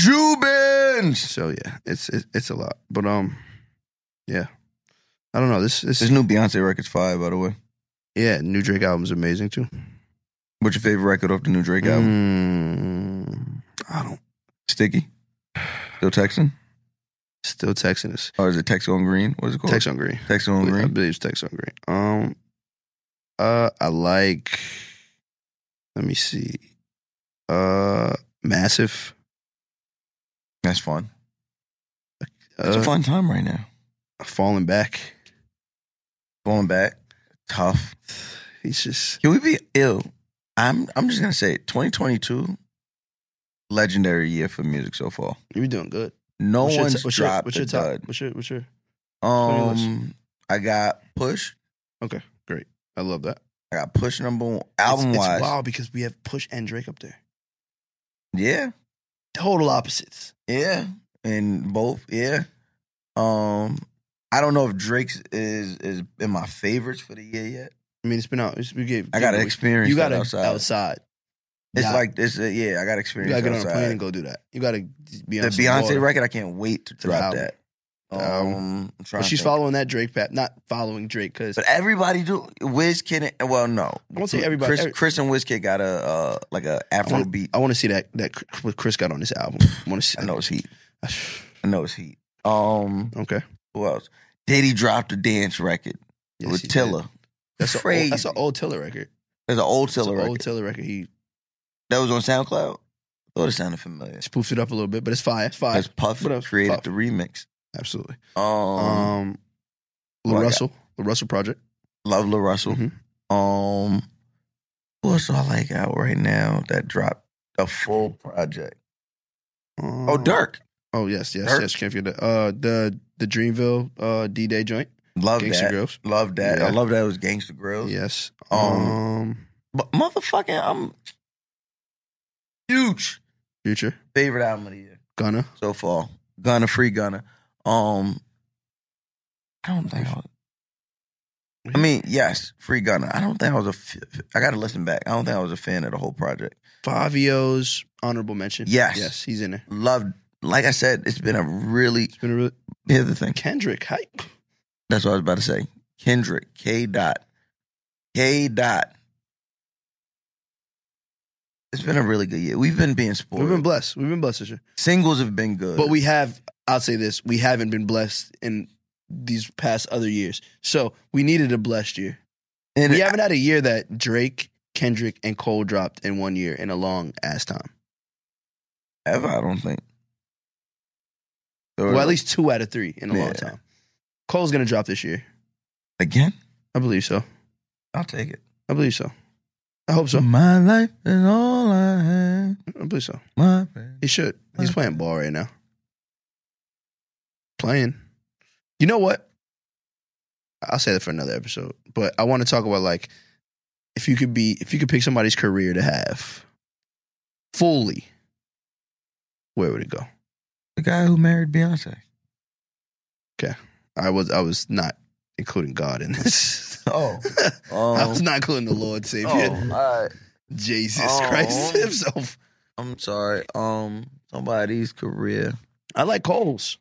[SPEAKER 2] Jubins.
[SPEAKER 3] So yeah, it's it, it's a lot, but um, yeah, I don't know. This this
[SPEAKER 2] This new Beyonce record's fire, by the way.
[SPEAKER 3] yeah, new Drake album's amazing too.
[SPEAKER 2] What's your favorite record off the new Drake album?
[SPEAKER 3] Mm, I don't
[SPEAKER 2] Sticky. Still Texan?
[SPEAKER 3] still texting this
[SPEAKER 2] Or is it Tex on Green? What is it called?
[SPEAKER 3] text on green.
[SPEAKER 2] Tex on
[SPEAKER 3] I
[SPEAKER 2] Green.
[SPEAKER 3] believe it's text on green. Um, uh, I like. Let me see. Uh, massive.
[SPEAKER 2] That's fun. It's
[SPEAKER 3] Uh,
[SPEAKER 2] a fun time right now.
[SPEAKER 3] falling back.
[SPEAKER 2] Going back. Tough.
[SPEAKER 3] He's just
[SPEAKER 2] Can we be ill? I'm I'm just gonna say it. 2022, legendary year for music so far.
[SPEAKER 3] you're doing good.
[SPEAKER 2] No
[SPEAKER 3] what's your
[SPEAKER 2] one's
[SPEAKER 3] t- what's your,
[SPEAKER 2] dropped
[SPEAKER 3] what's your
[SPEAKER 2] a
[SPEAKER 3] top?
[SPEAKER 2] dud.
[SPEAKER 3] What's your what's your? on your
[SPEAKER 2] Um, I got push.
[SPEAKER 3] Okay, great. I love that.
[SPEAKER 2] I got push number one
[SPEAKER 3] It's-
[SPEAKER 2] album
[SPEAKER 3] it's,
[SPEAKER 2] wise.
[SPEAKER 3] wild because we have Push and Drake up there.
[SPEAKER 2] Yeah,
[SPEAKER 3] Total opposites.
[SPEAKER 2] yeah, and both. Yeah. Um, I don't know if Drake's is is in my favorites for the year yet.
[SPEAKER 3] I mean, it's been out. It's, we gave,
[SPEAKER 2] I got to
[SPEAKER 3] we-
[SPEAKER 2] experience.
[SPEAKER 3] You
[SPEAKER 2] that
[SPEAKER 3] got to
[SPEAKER 2] outside.
[SPEAKER 3] outside.
[SPEAKER 2] It's
[SPEAKER 3] Yeah.
[SPEAKER 2] like this. yeah, I got to
[SPEAKER 3] You
[SPEAKER 2] experience.
[SPEAKER 3] got to get on a
[SPEAKER 2] outside.
[SPEAKER 3] plane and go do that. You got to be on
[SPEAKER 2] the
[SPEAKER 3] some
[SPEAKER 2] Beyonce
[SPEAKER 3] water.
[SPEAKER 2] record. I can't wait to
[SPEAKER 3] The
[SPEAKER 2] drop
[SPEAKER 3] album.
[SPEAKER 2] that.
[SPEAKER 3] The album.
[SPEAKER 2] Um, I'm trying
[SPEAKER 3] But
[SPEAKER 2] to
[SPEAKER 3] she's
[SPEAKER 2] think.
[SPEAKER 3] following that Drake path, not following Drake because
[SPEAKER 2] But everybody do Wiz Kid. and- Well, no, I
[SPEAKER 3] won't say everybody-
[SPEAKER 2] Chris,
[SPEAKER 3] every- Uh-huh.
[SPEAKER 2] Chris and Wiz Kid got a uh, like a
[SPEAKER 3] I
[SPEAKER 2] Afro
[SPEAKER 3] want,
[SPEAKER 2] beat.
[SPEAKER 3] I want to see that that Chris- what Chris got on this album. I want to see.
[SPEAKER 2] I know it's heat. I know it's heat. Um,
[SPEAKER 3] [SIGHS] Okay.
[SPEAKER 2] who else? Diddy dropped a dance record
[SPEAKER 3] Yes,
[SPEAKER 2] with
[SPEAKER 3] he did.
[SPEAKER 2] Tiller.
[SPEAKER 3] That's a
[SPEAKER 2] crazy.
[SPEAKER 3] old, that's an old Tiller record.
[SPEAKER 2] There's an old
[SPEAKER 3] That's
[SPEAKER 2] Tiller
[SPEAKER 3] a
[SPEAKER 2] record
[SPEAKER 3] old Tiller record. He
[SPEAKER 2] that was on SoundCloud. Thought it sounded familiar.
[SPEAKER 3] spoofed it up a little bit, but it's fire. It's fire.
[SPEAKER 2] Because Puff
[SPEAKER 3] What else?
[SPEAKER 2] created
[SPEAKER 3] Puff.
[SPEAKER 2] the remix.
[SPEAKER 3] Absolutely.
[SPEAKER 2] Um,
[SPEAKER 3] Um,
[SPEAKER 2] what I
[SPEAKER 3] La
[SPEAKER 2] got?
[SPEAKER 3] Russell, La Russell Project.
[SPEAKER 2] Love La Russell.
[SPEAKER 3] Mhm.
[SPEAKER 2] Um, who else do I like out right now that dropped a full project? Oh,
[SPEAKER 3] Um,
[SPEAKER 2] Dirk.
[SPEAKER 3] Oh yes, yes,
[SPEAKER 2] Dirt.
[SPEAKER 3] yes. Can't forget that. Uh, the the Dreamville uh, D Day joint,
[SPEAKER 2] Love
[SPEAKER 3] Gangsta
[SPEAKER 2] that.
[SPEAKER 3] Grills.
[SPEAKER 2] Love that.
[SPEAKER 3] Yeah.
[SPEAKER 2] I love that it was Gangsta Grills.
[SPEAKER 3] Yes.
[SPEAKER 2] Um,
[SPEAKER 3] Um,
[SPEAKER 2] But motherfucking, I'm huge
[SPEAKER 3] Future,
[SPEAKER 2] favorite album of the year
[SPEAKER 3] Gunna.
[SPEAKER 2] so far. Gunna, free Gunna. Um, I don't think. I, was- I mean, yes, free Gunna. I don't think I was a. F- I got to listen back. I don't think I was a fan of the whole project.
[SPEAKER 3] Favio's honorable mention.
[SPEAKER 2] Yes.
[SPEAKER 3] yes, he's in there.
[SPEAKER 2] Loved, like I said, it's been a really.
[SPEAKER 3] It's been a really
[SPEAKER 2] Here's the thing.
[SPEAKER 3] Kendrick hype.
[SPEAKER 2] That's what I was about to say. Kendrick, K. Dot, K. Dot. It's been a really good year. We've been being spoiled.
[SPEAKER 3] We've been blessed. We've been blessed this year,
[SPEAKER 2] Singles have been good,
[SPEAKER 3] but we have. I'll say this: we haven't been blessed in these past other years. So we needed a blessed year.
[SPEAKER 2] and
[SPEAKER 3] we haven't had a year that Drake, Kendrick, and Cole dropped in one year in a long ass time.
[SPEAKER 2] ever. I don't think. Or-
[SPEAKER 3] Well, at least two out of three in a
[SPEAKER 2] Yeah.
[SPEAKER 3] long time. Cole's gonna drop this year.
[SPEAKER 2] again.
[SPEAKER 3] I believe so.
[SPEAKER 2] I'll take it.
[SPEAKER 3] I believe so. I hope so.
[SPEAKER 2] my life is all I have.
[SPEAKER 3] I believe so.
[SPEAKER 2] My
[SPEAKER 3] He should. He's playing ball right now. Playing. You know what? I'll say that for another episode. But I want to talk about like if you could be if you could pick somebody's career to have fully, where would it go?
[SPEAKER 2] the guy who married Beyonce.
[SPEAKER 3] I was I was not including God in this.
[SPEAKER 2] [LAUGHS] Oh.
[SPEAKER 3] [LAUGHS] [LAUGHS] I
[SPEAKER 2] Oh,
[SPEAKER 3] was not including the Lord Savior.
[SPEAKER 2] all right.
[SPEAKER 3] Jesus
[SPEAKER 2] Oh.
[SPEAKER 3] Christ [LAUGHS] himself.
[SPEAKER 2] I'm sorry. Um, somebody's career.
[SPEAKER 3] I like Coles.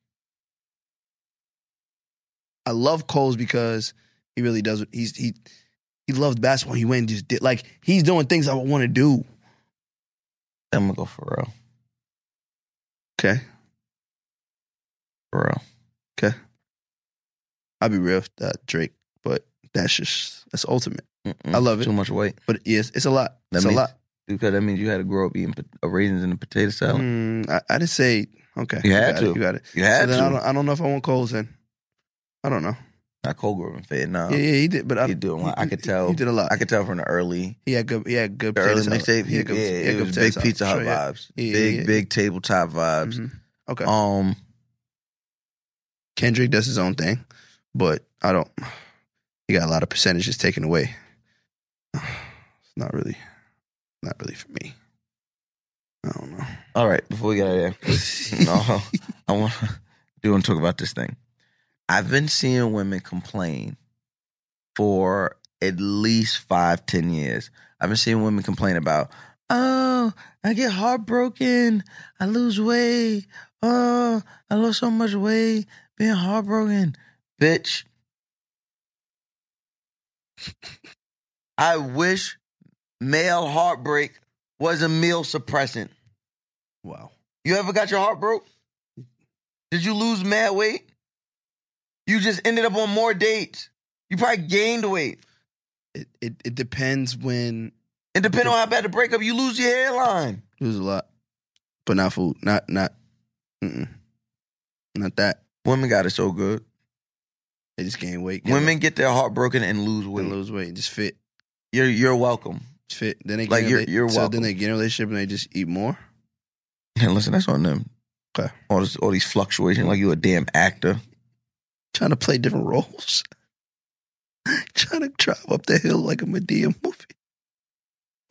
[SPEAKER 3] I love Coles because he really does. what- He's he he loved basketball. He went and just did like he's doing things I want to do.
[SPEAKER 2] I'm gonna go for real.
[SPEAKER 3] Okay,
[SPEAKER 2] For real.
[SPEAKER 3] I'll be real that Drake, but that's just that's ultimate. I love it.
[SPEAKER 2] Too much weight.
[SPEAKER 3] But yes, it's a lot.
[SPEAKER 2] That
[SPEAKER 3] it's
[SPEAKER 2] means-
[SPEAKER 3] a lot.
[SPEAKER 2] Because that means you had to grow up eating pot- uh, raisins and a potato salad.
[SPEAKER 3] Mm, I, I didn't say okay.
[SPEAKER 2] You had
[SPEAKER 3] got
[SPEAKER 2] to.
[SPEAKER 3] It, you got it.
[SPEAKER 2] You had
[SPEAKER 3] Mm-hmm. so then I
[SPEAKER 2] to.
[SPEAKER 3] don't, I don't know if I want Coles in. I don't know.
[SPEAKER 2] Not Colgrove and now.
[SPEAKER 3] Yeah, yeah, he did. But I,
[SPEAKER 2] Uh, He doing a lot. I could
[SPEAKER 3] he-
[SPEAKER 2] tell.
[SPEAKER 3] He did a lot.
[SPEAKER 2] I could tell from the early,
[SPEAKER 3] He had good. He had good.
[SPEAKER 2] the early
[SPEAKER 3] potato salad.
[SPEAKER 2] mixtape.
[SPEAKER 3] He
[SPEAKER 2] Yeah,
[SPEAKER 3] had good- he had
[SPEAKER 2] it
[SPEAKER 3] good
[SPEAKER 2] was
[SPEAKER 3] potato
[SPEAKER 2] big
[SPEAKER 3] salad.
[SPEAKER 2] Pizza Hut
[SPEAKER 3] Sure, yeah.
[SPEAKER 2] vibes.
[SPEAKER 3] Yeah, yeah,
[SPEAKER 2] big,
[SPEAKER 3] yeah.
[SPEAKER 2] big tabletop vibes.
[SPEAKER 3] Mhm. Okay.
[SPEAKER 2] Um,
[SPEAKER 3] Kendrick does his own thing, but I don't. He got a lot of percentages taken away. [SIGHS] It's not really, not really for me. I don't [LAUGHS] know.
[SPEAKER 2] all right. Before we get out of there,
[SPEAKER 3] [LAUGHS]
[SPEAKER 2] no, I want do want to talk about this thing. I've been seeing women complain for at least five, ten years. I've been seeing women complain about, oh, I get heartbroken, I lose weight, oh, I lost so much weight, being heartbroken, bitch. [LAUGHS] I wish male heartbreak was a meal suppressant.
[SPEAKER 3] Wow.
[SPEAKER 2] You ever got your heart broke? Did you lose mad weight? You just ended up on more dates. You probably gained weight.
[SPEAKER 3] It it, it depends when
[SPEAKER 2] And depending on how bad the breakup, you lose your hairline.
[SPEAKER 3] lose a lot, but not food. Not not. Mm-mm. Not that.
[SPEAKER 2] Women got it so good.
[SPEAKER 3] They just gain weight.
[SPEAKER 2] Women get their heart broken and lose
[SPEAKER 3] weight,
[SPEAKER 2] weight.
[SPEAKER 3] lose weight, just fit,
[SPEAKER 2] You're you're welcome.
[SPEAKER 3] just fit. Then they get
[SPEAKER 2] Like,
[SPEAKER 3] in a
[SPEAKER 2] you're-
[SPEAKER 3] rela-
[SPEAKER 2] you're
[SPEAKER 3] so
[SPEAKER 2] welcome.
[SPEAKER 3] then they get in a relationship and they just eat more.
[SPEAKER 2] And listen, that's on them.
[SPEAKER 3] Okay.
[SPEAKER 2] All this all these fluctuations, like you a damn actor.
[SPEAKER 3] trying to play different roles, [LAUGHS] trying to drive up the hill like a Medea movie,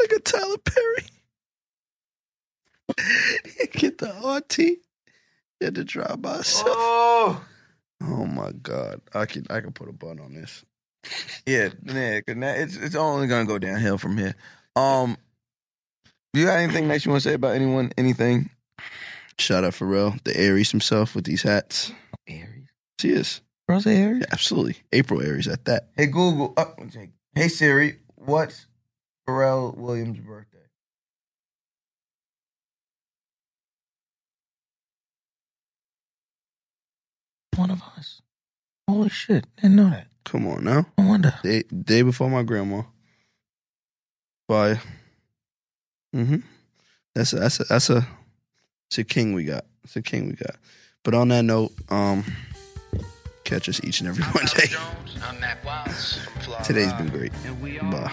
[SPEAKER 3] like a Tyler Perry. [LAUGHS] Get the RT. Had to drive by myself. Oh.
[SPEAKER 2] Oh
[SPEAKER 3] my god, I can I can put a bun on this.
[SPEAKER 2] yeah, yeah. 'cause now it's it's only gonna go downhill from here. Um, you got anything nice you want to say about anyone? Anything?
[SPEAKER 3] Shout out Pharrell, the Aries himself with these hats.
[SPEAKER 2] Aries,
[SPEAKER 3] She is
[SPEAKER 2] bro, say Aries.
[SPEAKER 3] Yeah, absolutely April Aries at that.
[SPEAKER 2] Hey Google. Uh, one sec. hey Siri. What's Pharrell Williams' birthday? One of us. Holy shit! Didn't know that.
[SPEAKER 3] Come on now,
[SPEAKER 2] No wonder.
[SPEAKER 3] day day before my grandma. Bye. Mm-hmm. That's a, that's a, that's a it's a king we got. It's a king we got. But on that note, um, catch us each and every [LAUGHS] Monday.
[SPEAKER 1] I'm Nat Wilds from Florida.
[SPEAKER 3] Today's been great. Bye.